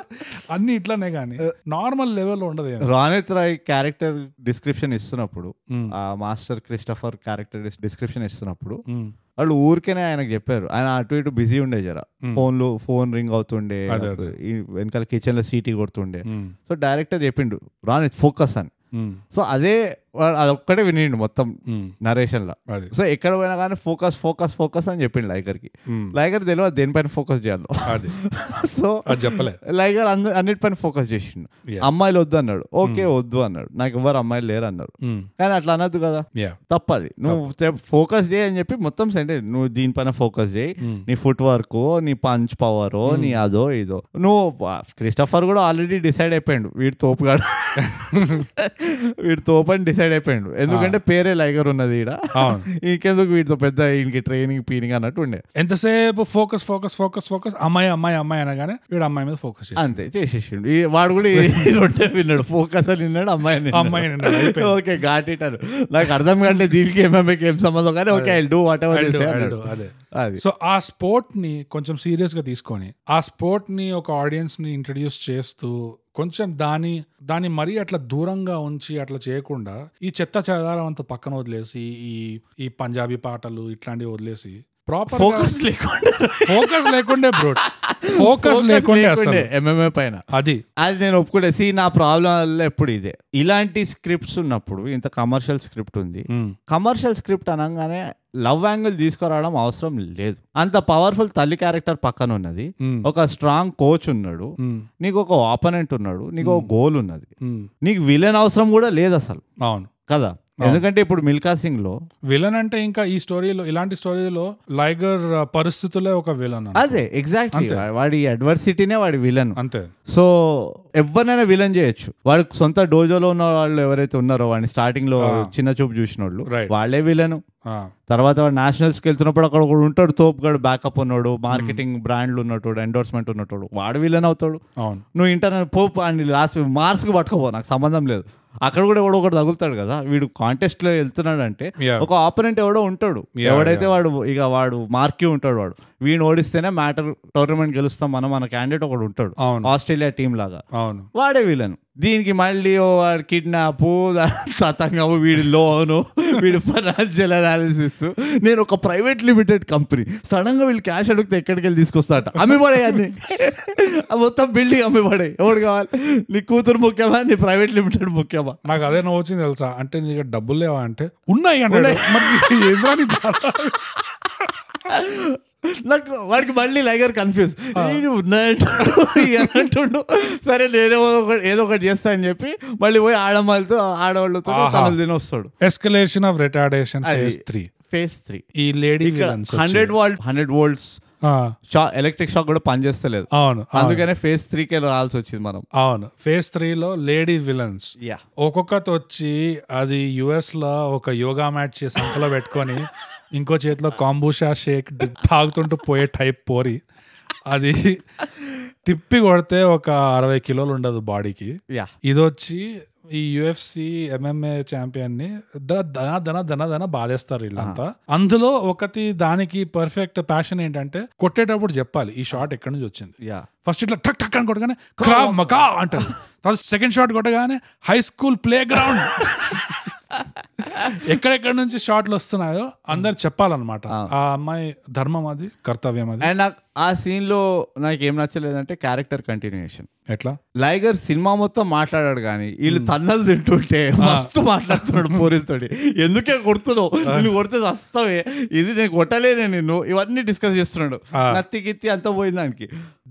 అన్ని ఇట్లానే కానీ నార్మల్ లెవెల్లో ఉండదు ఏమీ.
రాణిత్ రాయ్ క్యారెక్టర్ డిస్క్రిప్షన్ ఇస్తున్నప్పుడు ఆ మాస్టర్ క్రిస్టఫర్ క్యారెక్టర్ డిస్క్రిప్షన్ ఇస్తున్నప్పుడు
మ్మ్.
వాళ్ళు ఊరికేనే ఆయనకు చెప్పారు ఆయన అటు ఇటు బిజీ ఉండే జర ఫోన్లు ఫోన్ రింగ్ అవుతుండే
అదే, అదే.
ఈ వెనకాల కిచెన్ లో సీటీ కొడుతుండే
మ్మ్.
సో డైరెక్టర్ చెప్పిండు రాణిత్ ఫోకస్ అని
మ్మ్.
సో అదే వాడు అదొక్కటే వినిండు మొత్తం
మ్మ్.
నరేషన్లో
అది
సో ఎక్కడ పోయినా కానీ ఫోకస్ ఫోకస్ ఫోకస్ అని చెప్పిండు లైగర్కి
మ్మ్.
లైగర్ తెలియదు దేనిపైన ఫోకస్ చేయాలో
అది
సో
అది చెప్పలే
లైగర్ అంద అన్నిటిపైన ఫోకస్ చేసిండు
Yeah.
అమ్మాయిలు వద్దు అన్నాడు ఓకే వద్దు అన్నాడు నాకు ఎవరు అమ్మాయిలు లేరు అన్నారు
మ్మ్.
కానీ అట్లా అనొద్దు కదా
యా
తప్పది నువ్వు ఫోకస్ చేయి అని చెప్పి మొత్తం సెంటెన్స్ నువ్వు దీనిపైన ఫోకస్ చేయి నీ ఫుట్ వర్క్ నీ పంచ్ పవర్ నీ అదో ఇదో నువ్వు ఆ, క్రిస్టఫర్ కూడా ఆల్రెడీ డిసైడ్ అయిపోయాడు వీడు తోపుగాడు వీడు తోపు అని డిసైడ్ అయిపోయాడు ఎందుకంటే పేరే లైగర్ ఉన్నది ఈడ
అవును.
ఇంకెందుకు వీడితో పెద్ద ఈయనకి ట్రైనింగ్ పీనింగ్ అన్నట్టు ఉండే
ఎంతసేపు ఫోకస్ ఫోకస్ ఫోకస్ ఫోకస్ అమ్మాయి అమ్మాయి అమ్మాయి అనగానే వీడు అమ్మాయి మీద ఫోకస్ చేసి
అంతే చేసేసిండు ఈ వాడు కూడా ఈ రొట్టె విన్నాడు ఫోకస్ అని విన్నాడు అమ్మాయిని
అమ్మాయి నిన్నాడు, అయిపోయింది.
ఓకే ఘాట్ ఇటారు నాకు అర్థం కావట్లేదు దీనికి ఏమేమి ఏం సంబంధం కానీ okay I do whatever
I'll do, I'll
అన్నాడు
do, అదే
అది
సో ఆ స్పోర్ట్ ని కొంచెం సీరియస్ గా తీసుకొని ఆ స్పోర్ట్ ని ఒక ఆడియన్స్ ని ఇంట్రడ్యూస్ చేస్తూ కొంచెం దాని దాన్ని మరీ అట్లా దూరంగా ఉంచి అట్లా చేయకుండా ఈ చెత్త చెదారం అంతా పక్కన వదిలేసి ఈ ఈ పంజాబీ పాటలు ఇట్లాంటివి వదిలేసి ప్రాపర్
ఫోకస్ లేకుండా
ఫోకస్ లేకుండే బ్రో ఫోకస్ లేకుండే అసలు
ఎంఎంఏ పైన
అది
అది నేను ఒప్పుకుంటే సి నా ప్రాబ్లం ఎప్పుడు ఇదే ఇలాంటి స్క్రిప్ట్స్ ఉన్నప్పుడు ఇంత కమర్షియల్ స్క్రిప్ట్ ఉంది
మ్,
కమర్షియల్ స్క్రిప్ట్ అనగానే లవ్ యాంగిల్ తీసుకురావడం అవసరం లేదు అంత పవర్ఫుల్ తల్లి క్యారెక్టర్ పక్కన ఉన్నది
మ్,
ఒక స్ట్రాంగ్ కోచ్ ఉన్నాడు
మ్,
నీకు ఒక ఆపోనెంట్ ఉన్నాడు నీకు
Hmm.
ఒక గోల్ ఉన్నది
మ్,
నీకు విలన్ అవసరం కూడా లేదు అసలు
అవును
కదా ఎందుకంటే ఇప్పుడు మిల్కా సింగ్ లో
విలన్ అంటే ఇంకా ఈ స్టోరీలో ఇలాంటి స్టోరీలో లైగర్ ఆ, పరిస్థితులే ఒక విలన్ అన్న.
అదే ఎగ్జాక్ట్లీ వాడి అడ్వర్సిటీనే వాడి విలన్
అంతే
సో ఎవరినైనా విలన్ చేయొచ్చు వాడి సొంత డోజోలో ఉన్న వాళ్ళు ఎవరైతే ఉన్నారో వాడిని స్టార్టింగ్ లో చిన్న చూపు చూసిన వాళ్ళు
Right.
వాళ్ళే విలను
ఆ,
తర్వాత వాడు nationals కి వెళ్తున్నప్పుడు అక్కడ ఒకడు ఉంటాడు తోపుగాడు బ్యాకప్ ఉన్నాడు మార్కెటింగ్ బ్రాండ్లు ఉన్నట్టు ఎండోర్స్మెంట్ ఉన్నట్టు వాడు విలన్ అవుతాడు
అవును
నువ్వు ఇంటర్నల్ పోప్ అండ్ లాస్ట్ మార్క్స్కి పట్టుకోపో నాకు సంబంధం లేదు అక్కడ కూడా ఎవడో ఒకటి తగులుతాడు కదా వీడు కాంటెస్ట్లో వెళ్తున్నాడు అంటే
Yeah.
ఒక ఆపరెంట్ ఎవడో ఉంటాడు
Yeah,
ఎవడైతే వాడు ఇక వాడు మార్కి ఉంటాడు వాడు వీడిని ఓడిస్తేనే మ్యాటర్ టోర్నమెంట్ గెలుస్తాం మనం మన క్యాండిడేట్ ఒకడు ఉంటాడు
అవును.
ఆస్ట్రేలియా టీం లాగా
అవును
వాడే వీళ్ళను దీనికి మళ్ళీ ఓ వాడు కిడ్నాప్ తతంగము వీడి లోను వీడి ఫైనాన్షియల్ అనాలిసిస్ నేను ఒక ప్రైవేట్ లిమిటెడ్ కంపెనీ సడన్ గా వీళ్ళు క్యాష్ అడిగితే ఎక్కడికి వెళ్ళి తీసుకొస్తారట అమ్మిపడే అన్ని ఆ మొత్తం బిల్డింగ్ అమ్మిపడే ఎవడు కావాలి నీ కూతురు ముఖ్యమా నీ ప్రైవేట్ లిమిటెడ్ ముఖ్యమా
నాకు అదే నవ్వు వచ్చింది తెలుసా అంటే నీ దగ్గర డబ్బులు లేవా అంటే ఉన్నాయి అన్నాడు మరి నీకు ఏం రాని బాధ?
నాకు వాడికి మళ్ళీ లైగర్ కన్ఫ్యూజ్ నేను ఉన్నాయంటుండు సరే నేను ఏదో ఒకటి చేస్తా అని చెప్పి మళ్ళీ పోయి ఆడమ్మాలతో ఆడవాళ్ళతో
ఆహా.
తనలు తినొస్తాడు
escalation of retardation phase three
phase three
ఈ lady villains
hundred volt hundred volts
ఆ,
షా ఎలక్ట్రిక్ షాక్ కూడా పనిచేస్తలేదు
అవును అవును,
అందుకనే ఫేస్ త్రీకే రావాల్సి వచ్చింది మనం
అవును ఫేజ్ త్రీలో లేడీ విలన్స్
యా
ఒక్కొక్కటి వచ్చి అది యుఎస్ లో ఒక యోగా మ్యాట్ చేసి సంకలో పెట్టుకొని ఇంకో చేతిలో కాంబూషా షేక్ డి- తాగుతుంటూ పోయే టైప్ పోరి అది తిప్పి కొడితే ఒక అరవై కిలోలు ఉండదు బాడీకి
యా
ఇది వచ్చి ఈ యుఎఫ్సి ఎంఎంఏ ఛాంపియన్ ని ద- ధన ధన ధన ధన బాధేస్తారు వీళ్ళంతా అందులో ఒకటి దానికి పర్ఫెక్ట్ ప్యాషన్ ఏంటంటే కొట్టేటప్పుడు చెప్పాలి ఈ షాట్ ఎక్కడి నుంచి వచ్చింది
యా
ఫస్ట్ ఇట్లా టక్ టక్ అని కొట్టగానే క్రావ్ మకా అంటారు తర్వాత సెకండ్ షాట్ కొట్టగానే హై స్కూల్ ప్లే గ్రౌండ్ ఎక్కడెక్కడ నుంచి షాట్లు వస్తున్నాయో అందరు చెప్పాలన్నమాట Hmm. ఆ అమ్మాయి ధర్మం అది కర్తవ్యం అది
అండ్ నాకు ఆ సీన్ లో నాకు ఏం నచ్చలేదంటే క్యారెక్టర్ కంటిన్యూషన్
ఎట్లా
లైగర్ సినిమా మొత్తం మాట్లాడాడు కానీ వీళ్ళు తన్నలు తింటుంటే మస్తు మాట్లాడుతున్నాడు పోరీలతోటి ఎందుకే కొడుతున్నావు నేను కొడితే వస్తావే ఇది నేను కొట్టలేనే నిన్ను ఇవన్నీ డిస్కస్ చేస్తున్నాడు
Ah.
నత్తి గిత్తి అంతా పోయింది దానికి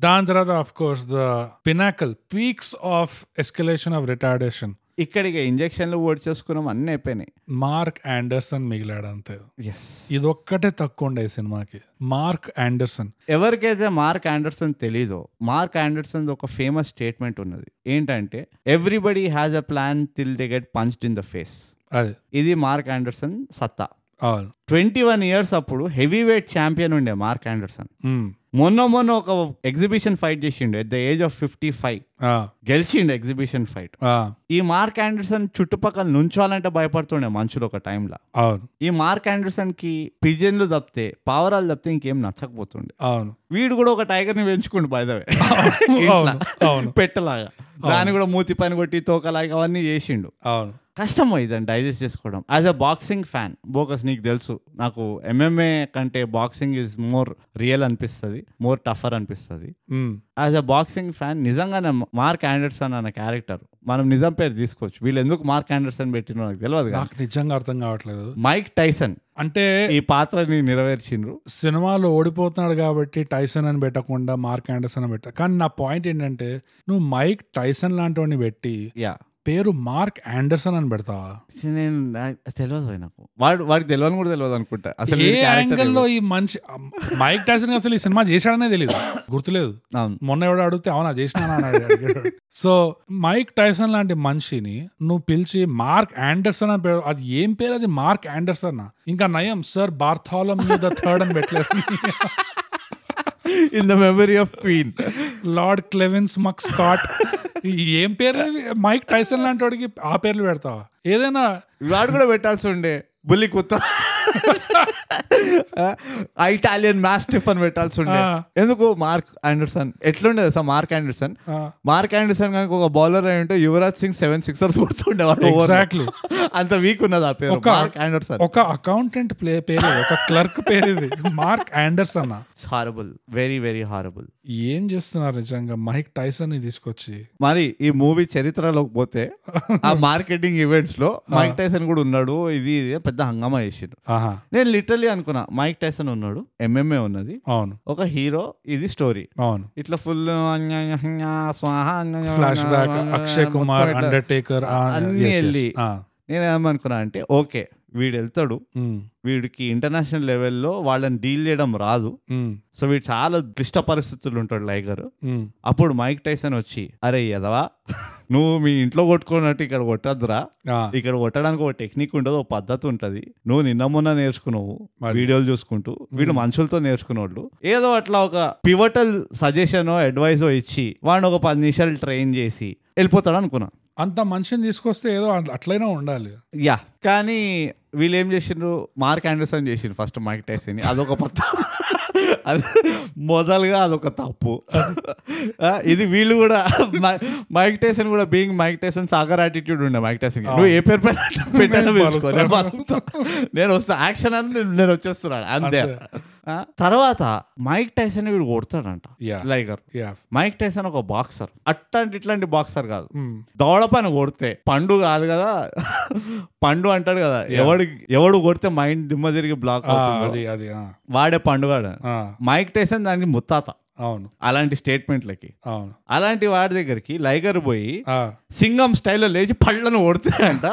దాని తర్వాత of course the pinnacle peaks of escalation of retardation
ఇక్కడికి ఇంజక్షన్లు ఓడి చేసుకున్నాం అన్నీ అయిపోయినాయి
మార్క్ యాండర్సన్ మిగిలాడు అంతే
ఎస్
ఇదొక్కటే తక్కువ ఉండే ఈ సినిమాకి మార్క్ యాండర్సన్
ఎవరికైతే మార్క్ ఆండర్సన్ తెలీదో మార్క్ ఆండర్సన్ ఒక ఫేమస్ స్టేట్మెంట్ ఉన్నది ఏంటంటే everybody has a plan till they get punched in the face
అది
ఇది మార్క్ ఆండర్సన్ సత్తా
అవును
ట్వంటీ వన్ ఇయర్స్ అప్పుడు హెవీ వెయిట్ ఛాంపియన్ ఉండే మార్క్ ఆండర్సన్
మ్.
మొన్న మొన్న ఒక ఎగ్జిబిషన్ ఫైట్ చేసిండు at the age of fifty five
ఆ,
గెలిచిండు ఎగ్జిబిషన్ ఫైట్
ఆ,
ఈ మార్క్ ఆండర్సన్ చుట్టుపక్కల నుంచోవాలంటే భయపడుతుండే మనుషులు ఒక టైంలో
అవును
ఈ మార్క్ ఆండర్సన్ కి పిజన్లు తప్పితే పావురాలు తప్పితే ఇంకేం నచ్చకపోతుండే
అవును
వీడు కూడా ఒక టైగర్ ని పెంచుకుండు బయదవే
అవును అవును
పెట్టలాగా దాన్ని కూడా మూతి పని కొట్టి తోకలాగా అవన్నీ చేసిండు
అవును
కష్టం ఇదని డైజెస్ట్ చేసుకోవడం as a boxing fan bogus నీకు తెలుసు నాకు ఎంఎంఏ కంటే బాక్సింగ్ ఈజ్ మోర్ రియల్ అనిపిస్తుంది మోర్ టఫర్ అనిపిస్తుంది
మ్మ్.
యాజ్ అ బాక్సింగ్ ఫ్యాన్ నిజంగానే మార్క్ ఆండర్సన్ అన్న క్యారెక్టర్ మనం నిజం పేరు తీసుకోవచ్చు వీళ్ళు ఎందుకు మార్క్ ఆండర్సన్ పెట్టినో నాకు తెలియదు కానీ
నాకు నిజంగా అర్థం కావట్లేదు
మైక్ టైసన్
అంటే
ఈ పాత్రని నెరవేర్చిండ్రు
సినిమాలో ఓడిపోతున్నాడు కాబట్టి టైసన్ అని పెట్టకుండా మార్క్ ఆండర్సన్ అని పెట్టా కానీ నా పాయింట్ ఏంటంటే నువ్వు మైక్ టైసన్ లాంటి వాడిని పెట్టి
యా
పేరు మార్క్ ఆండర్సన్ అని పెడతావా
నేను నాకు తెలియదు భయ్ నాకు వాడు వాడికి తెలియని కూడా తెలియదు అనుకుంటా అసలు
ఏ
వీడి character
యాంగిల్లో ఈ మనిషి మైక్ టైసన్ అసలు ఈ సినిమా చేశాడనే తెలియదు గుర్తులేదు
ఎవరు? అవును
మొన్న ఎవడో అడిగితే అవునా చేసినానా అని అడిగాడు సో మైక్ టైసన్ లాంటి మనిషిని నువ్వు పిలిచి మార్క్ ఆండర్సన్ అని పేరు అది ఏం పేరు అది మార్క్ ఆండర్సన్ ఇంకా నయం సార్ బార్థాలం ద థర్డ్ అని పెట్టలేదు
in the memory of queen
lord Clevens McScott ఈ ఏం పేర్లు ఇవి? మైక్ టైసన్ లాంటి వాడికి ఆ పేర్లు పెడతావా ఏదైనా
వాడు కూడా పెట్టాల్సి ఉండే బుల్లి కుత్త ఇటాలియన్ మాస్టిఫ్ అని పెట్టాల్సి ఉండే
ఆ.
ఎందుకు మార్క్ ఆండర్సన్ ఎట్లుండే సార్ మార్క్ ఆండర్సన్
ఆ.
మార్క్ ఆండర్సన్ కనుక ఒక బౌలర్ అయి ఉంటే యువరాజ్ సింగ్ సెవెన్ సిక్సర్స్ కొడుతుండేవాడు over లో.
Exactly.
అంత వీక్ ఉన్నది ఆ పేరు
ఒక-
మార్క్ ఆండర్సన్
ఒక అకౌంటెంట్ ప్లే పేరు ఇది, ఒక క్లర్క్ పేరు ఇది Mark Anderson
horrible very very horrible
ఏం చేస్తున్నారు నిజంగా మైక్ టైసన్ ని తీసుకొచ్చి
మరి ఈ మూవీ చరిత్రలోకి పోతే ఆ మార్కెటింగ్ ఈవెంట్స్ లో మైక్ టైసన్ కూడా ఉన్నాడు ఇది ఇది పెద్ద హంగామా చేసిండు
ఆహా
నేను లిటరలీ అనుకున్నా మైక్ టైసన్ ఉన్నాడు ఎంఎంఏ ఉన్నది
అవును
ఒక హీరో ఇది స్టోరీ
అవును
ఇట్లా ఫుల్ స్వాహ
ఫ్లాష్ బ్యాక్ అక్షయ్ కుమార్
మొత్తం ఇట్లా.
అండర్టేకర్
అన్ని వెళ్ళి. నేను ఏమనుకున్నా అంటే ఓకే వీడు వెళ్తాడు వీడికి ఇంటర్నేషనల్ లెవెల్లో వాళ్ళని డీల్ చేయడం రాదు సో వీడు చాలా క్లిష్ట పరిస్థితులు ఉంటాడు లైగర్ అప్పుడు మైక్ టైసన్ వచ్చి అరే ఎదవా నువ్వు మీ ఇంట్లో కొట్టుకున్నట్టు ఇక్కడ కొట్టద్దురా ఇక్కడ కొట్టడానికి ఒక టెక్నిక్ ఉంటుంది ఒక పద్ధతి ఉంటుంది నువ్వు నిన్న మొన్న నేర్చుకున్నావు
మరి.
వీడియోలు చూసుకుంటూ వీడు మనుషులతో నేర్చుకున్నోళ్ళు ఏదో అట్లా ఒక పివటల్ సజెషన్ అడ్వైస్ ఇచ్చి వాడిని ఒక పది నిమిషాలు ట్రైన్ చేసి వెళ్ళిపోతాడు అనుకున్నా
అంత మనిషిని తీసుకొస్తే ఏదో అట్లయినా ఉండాలి
యా కానీ వీళ్ళు ఏం చేసిండ్రు మార్క్ ఆండర్సన్ చేసిండ్రు ఫస్ట్ మైక్ టైసన్ అదొక పత్త అది మొదలుగా అదొక తప్పు ఆ, ఇది వీళ్ళు కూడా మై- మైక్ టైసన్ కూడా being Mike Tyson swagger attitude ఉండే మైక్ టైసన్ నువ్వు ఏ పేరు పెట్టినా పిలుచుకో, నేను పలుకుతా. నేను వస్తా యాక్షన్ అని నేను- నేను వచ్చేస్తున్నాను అంతే ఆ, తర్వాత మైక్ టైసన్ వీడు కొడతాడంట
Yeah.
Liger
yeah
Mike Tyson ఒక బాక్సర్ అట్లాంటి ఇట్లాంటి బాక్సర్ కాదు దవడ పైన కొడితే పండు కాదు కదా పండు అంటాడు కదా ఎవడు ఎవడు కొడితే మైండ్ దిమ్మ తిరిగి బ్లాక్ అవుతుంది
అది అది ఆ.
వాడే పండుగాడు
ఆ,
మైక్ టైసన్ దానికి ముత్తాత
అవును
అలాంటి స్టేట్మెంట్లకి
అవును
అలాంటి వాడి దగ్గరికి లైగర్ పోయి
ఆ,
సింగం స్టైల్లో లేచి పళ్ళను కొడతాడంట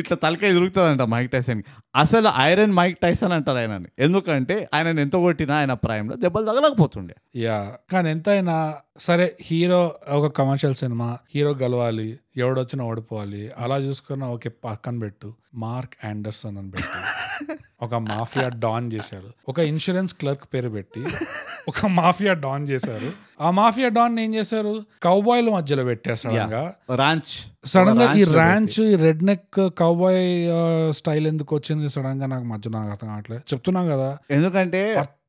ఇట్లా తలకాయ దొరుకుతుందంట మైక్ టైసన్ అసలు ఐరన్ మైక్ టైసన్ అంటారు ఆయనని ఎందుకంటే ఆయన ఎంత కొట్టినా ఆయన ప్రాయంలో దెబ్బలు తగలకపోతుండే
యా కానీ ఎంతైనా సరే హీరో ఒక కమర్షియల్ సినిమా హీరో గెలవాలి ఎవడొచ్చినా ఓడిపోవాలి అలా చూసుకున్నా ఓకే పక్కన పెట్టు మార్క్ ఆండర్సన్ అని పెట్టు ఒక మాఫియా డాన్ చేశారు ఒక ఇన్సూరెన్స్ క్లర్క్ పేరు పెట్టి ఒక మాఫియా డాన్ చేశారు ఆ మాఫియా డాన్ ఏం చేశారు కౌబాయ్ల మధ్యలో పెట్టేస్తాడు
రాంచ్
సడన్ గా ఈ
ranch లో
ర్యాంచ్ ఈ రెడ్ నెక్ కౌబాయ్ స్టైల్ ఎందుకు వచ్చింది సడన్ గా నాకు మధ్య నాకు అర్థం కావట్లేదు చెప్తున్నాం కదా
ఎందుకంటే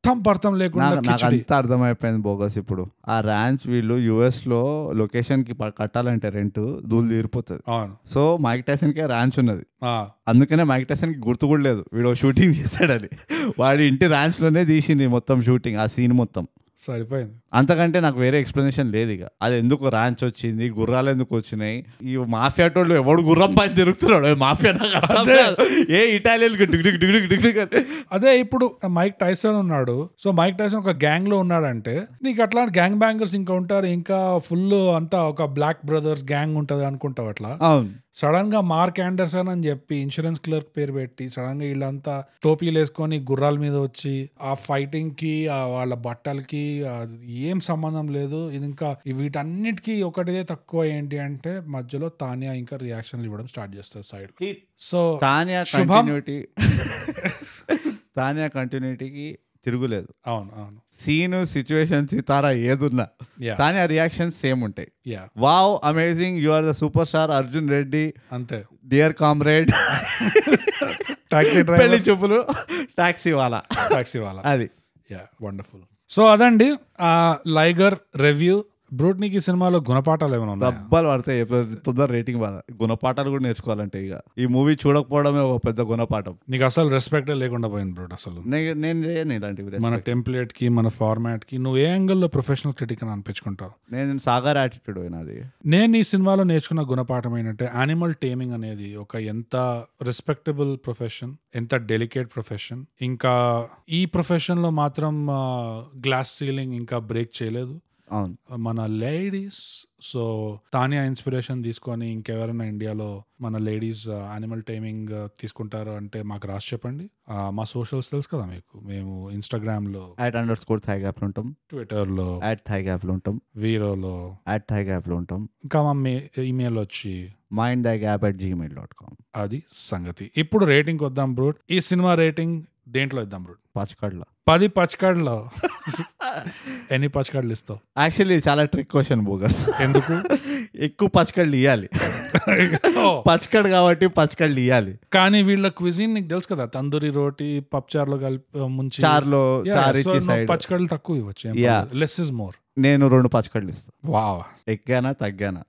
అర్థం పర్థం లేకుండా
నాకు నాకు
కిచిడి
అంత అర్థమైపోయింది బోగస్ ఇప్పుడు ఆ ర్యాంచ్ వీళ్ళు యుఎస్ లో లొకేషన్ కి ప- కట్టాలంటే రెంట్ దూలు తీరిపోతుంది
అవును
సో మైక్ టైసన్ కి ర్యాంచ్ ఉన్నది
ఆ,
అందుకనే మైక్ టైసన్ కి గుర్తు కూడా లేదు వీడు షూటింగ్ చేశాడని వాడి ఇంటి ర్యాంచ్ లోనే తీసింది మొత్తం షూటింగ్ ఆ సీన్ మొత్తం
సరిపోయింది
అంతకంటే నాకు వేరే ఎక్స్ప్లెనేషన్ లేదు ఇక అది ఎందుకు ర్యాంచ్ వచ్చింది గుర్రాలు ఎందుకు వచ్చినాయి ఈ మాఫియా టోళ్ళు ఎవడు గుర్రం పైన తిరుగుతున్నాడు ఏ మాఫియా నాకు అర్థం కాదు. ఏ ఇటాలియన్ కి డిగ్ డిగ్ డిగ్ డిగ్ డిగ్ డిగ్ అని.
అదే ఇప్పుడు మైక్ టైసన్ ఉన్నాడు సో మైక్ టైసన్ ఒక గ్యాంగ్ లో ఉన్నాడంటే నీకు అట్లా గ్యాంగ్ బ్యాంగర్స్ ఇంకా ఉంటారు ఇంకా ఫుల్ అంతా ఒక బ్లాక్ బ్రదర్స్ గ్యాంగ్ ఉంటది అనుకుంటావు అట్లా
అవును
సడన్ గా మార్క్ ఆండర్సన్ అని చెప్పి ఇన్సూరెన్స్ క్లర్క్ పేరు పెట్టి సడన్ గా వీళ్ళంతా టోపీలు వేసుకొని గుర్రాల మీద వచ్చి ఆ ఫైటింగ్ కి ఆ వాళ్ళ బట్టలకి ఆ ఏం సంబంధం లేదు ఇది ఇంకా ఈ వీటన్నిటికీ ఒకటిదే తక్కువ ఏంటి అంటే మధ్యలో తానియా ఇంకా రియాక్షన్లు ఇవ్వడం స్టార్ట్ చేస్తారు సైడ్ సో
తానియా
శుభం.
కంటిన్యూటీ తానియా కంటిన్యూటీకి తిరుగులేదు
అవును అవును
సీను సిచ్యువేషన్ సితారా ఏదున్నా
Yeah.
తానియా రియాక్షన్స్ సేమ్ ఉంటాయి
yeah
wow amazing you are the superstar Arjun Reddy
అంతే
Dear Comrade
taxi
Pelli
driver
Choopulu Taxiwala
taxi వాళ్ళ
అది
యా వండర్ఫుల్ సో అదండి ఆ లైగర్ రివ్యూ బ్రూట్ నీకు ఈ సినిమాలో గుణపాఠాలు ఏమైనా ఉన్నాయా
దెబ్బలు పడతాయి ఎప్పుడు తొందర రేటింగ్ బాధ గుణపాఠాలు కూడా నేర్చుకోవాలంటే ఇక ఈ మూవీ చూడకపోవడమే ఒక పెద్ద గుణపాఠం
నీకు అసలు రెస్పెక్ట్ లేకుండా పోయింది బ్రూట్ అసలు
నే- నేను చేయను ఇలాంటివి respect.
మన టెంప్లెట్ కి మన ఫార్మాట్ కి నువ్వు ఏ యాంగిల్లో ప్రొఫెషనల్ క్రిటిక్ అని అనిపించుకుంటావు
నేను సాగర్ యాటిట్యూడ్ పోయినది
నేను ఈ సినిమాలో నేర్చుకున్న గుణపాఠం ఏంటంటే యానిమల్ టేమింగ్ అనేది ఒక ఎంత రెస్పెక్టబుల్ ప్రొఫెషన్ ఎంత డెలికేట్ ప్రొఫెషన్ ఇంకా ఈ ప్రొఫెషన్ లో మాత్రం గ్లాస్ సీలింగ్ ఇంకా బ్రేక్ చేయలేదు
అవును
మన లేడీస్ సో తానే ఇన్స్పిరేషన్ తీసుకొని ఇంకెవరైనా ఇండియాలో మన uh, ladies animal taming uh, తీసుకుంటారు అంటే మాకు రాసి చెప్పండి ఆ, మా సోషల్స్ తెలుసు కదా మీకు మేము ఇన్స్టాగ్రామ్లో
యాట్ అండర్ స్కోర్ థై గ్యాప్లు ఉంటాం
ట్విట్టర్లో
యాట్ థై గ్యాప్లు ఉంటాం
వీరోలో
యాట్ థై గ్యాప్లు ఉంటాం
ఇంకా మా ఇమెయిల్ వచ్చి
mind thigh gap at Gmail dot com
అది సంగతి ఇప్పుడు రేటింగ్ వద్దాం బ్రూట్ ఈ సినిమా రేటింగ్ దేంట్లో ఇద్దాం బ్రూట్
పచ్చకడ్లో
పది పచ్చకాడలో ఎన్ని పచ్చకాడలు ఇస్తావు
యాక్చువల్లీ చాలా ట్రిక్ క్వశ్చన్ బోగస్
ఎందుకు
ఎక్కువ పచ్చకళ్ళు ఇవ్వాలి
ఓ,
పచ్చకడ్ కాబట్టి పచ్చకళ్ళు ఇవ్వాలి
కానీ వీళ్ళ క్విజిన్ నీకు తెలుసు కదా తందూరి రోటీ పప్చార్లో కలిపి ముంచి
చార్లో
Yeah,
చార్
so
ఇచ్చి
నువ్వు
సైడ్
పచ్చకళ్ళు తక్కువ ఇవ్వచ్చు
Yeah.
లెస్ ఇస్ మోర్
నేను రెండు పచ్చకళ్ళు ఇస్తాను
వావ్
ఎక్కానా తగ్గానా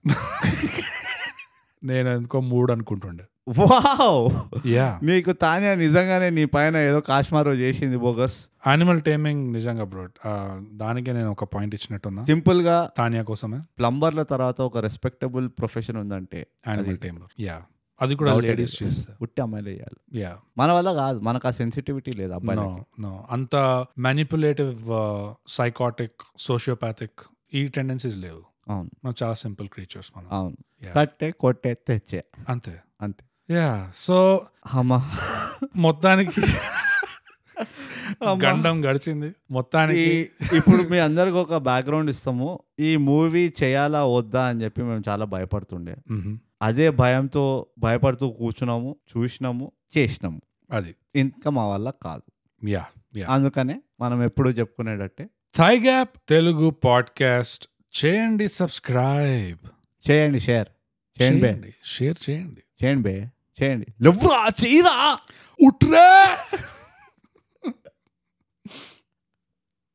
నేను ఎందుకో మూడు అనుకుంటుండే
వావ్
యా
నీకు తానే నిజంగానే నీ పైన ఏదో కాశ్మారో చేసింది బోగస్
యానిమల్ టైమింగ్ నిజంగా బ్రో దానికే నేను ఒక పాయింట్ ఇచ్చినట్టున్నా
సింపుల్ గా
తానియా కోసమే
ప్లంబర్ల తర్వాత ఒక రెస్పెక్టబుల్ ప్రొఫెషన్ ఉందంటే
యానిమల్ టైంలో యా అది కూడా
Doubt
లేడీస్
లేదు.
చేస్తా
ఉట్టి అమ్మాయిలు వేయాలి
యా
మన వల్ల కాదు మనకు ఆ సెన్సిటివిటీ లేదు
నో
అబ్బాయి
నో అంత మ్యానిపులేటివ్ సైకాటిక్ సోషియోపాథిక్ ఈ టెండెన్సీస్ లేవు
అవును
మనం చాలా సింపుల్ క్రీచర్స్ మనం
అవును
Yeah.
కట్టే కొట్టే తెచ్చే
అంతే
అంతే
యా సో
అమ్మా
మొత్తానికి
అమ్మా.
గండం గడిచింది మొత్తానికి
ఈ- ఇప్పుడు మీ అందరికి ఒక బ్యాక్గ్రౌండ్ ఇస్తాము ఈ మూవీ చేయాలా వద్దా అని చెప్పి మేము చాలా భయపడుతుండే
మ్హమ్.
అదే భయంతో భయపడుతూ కూర్చున్నాము చూసినాము చేసినాము
అది
ఇంకా మా వల్ల కాదు
యా యా
అందుకనే మనం ఎప్పుడూ చెప్పుకునేటట్టే
థై గ్యాప్ తెలుగు పాడ్కాస్ట్ చేయండి సబ్స్క్రైబ్
చేయండి షేర్ చేయండి బే
షేర్ చేయండి
చేయండి బే చేయండి లెవ్వరా చేయరా
ఉట్రా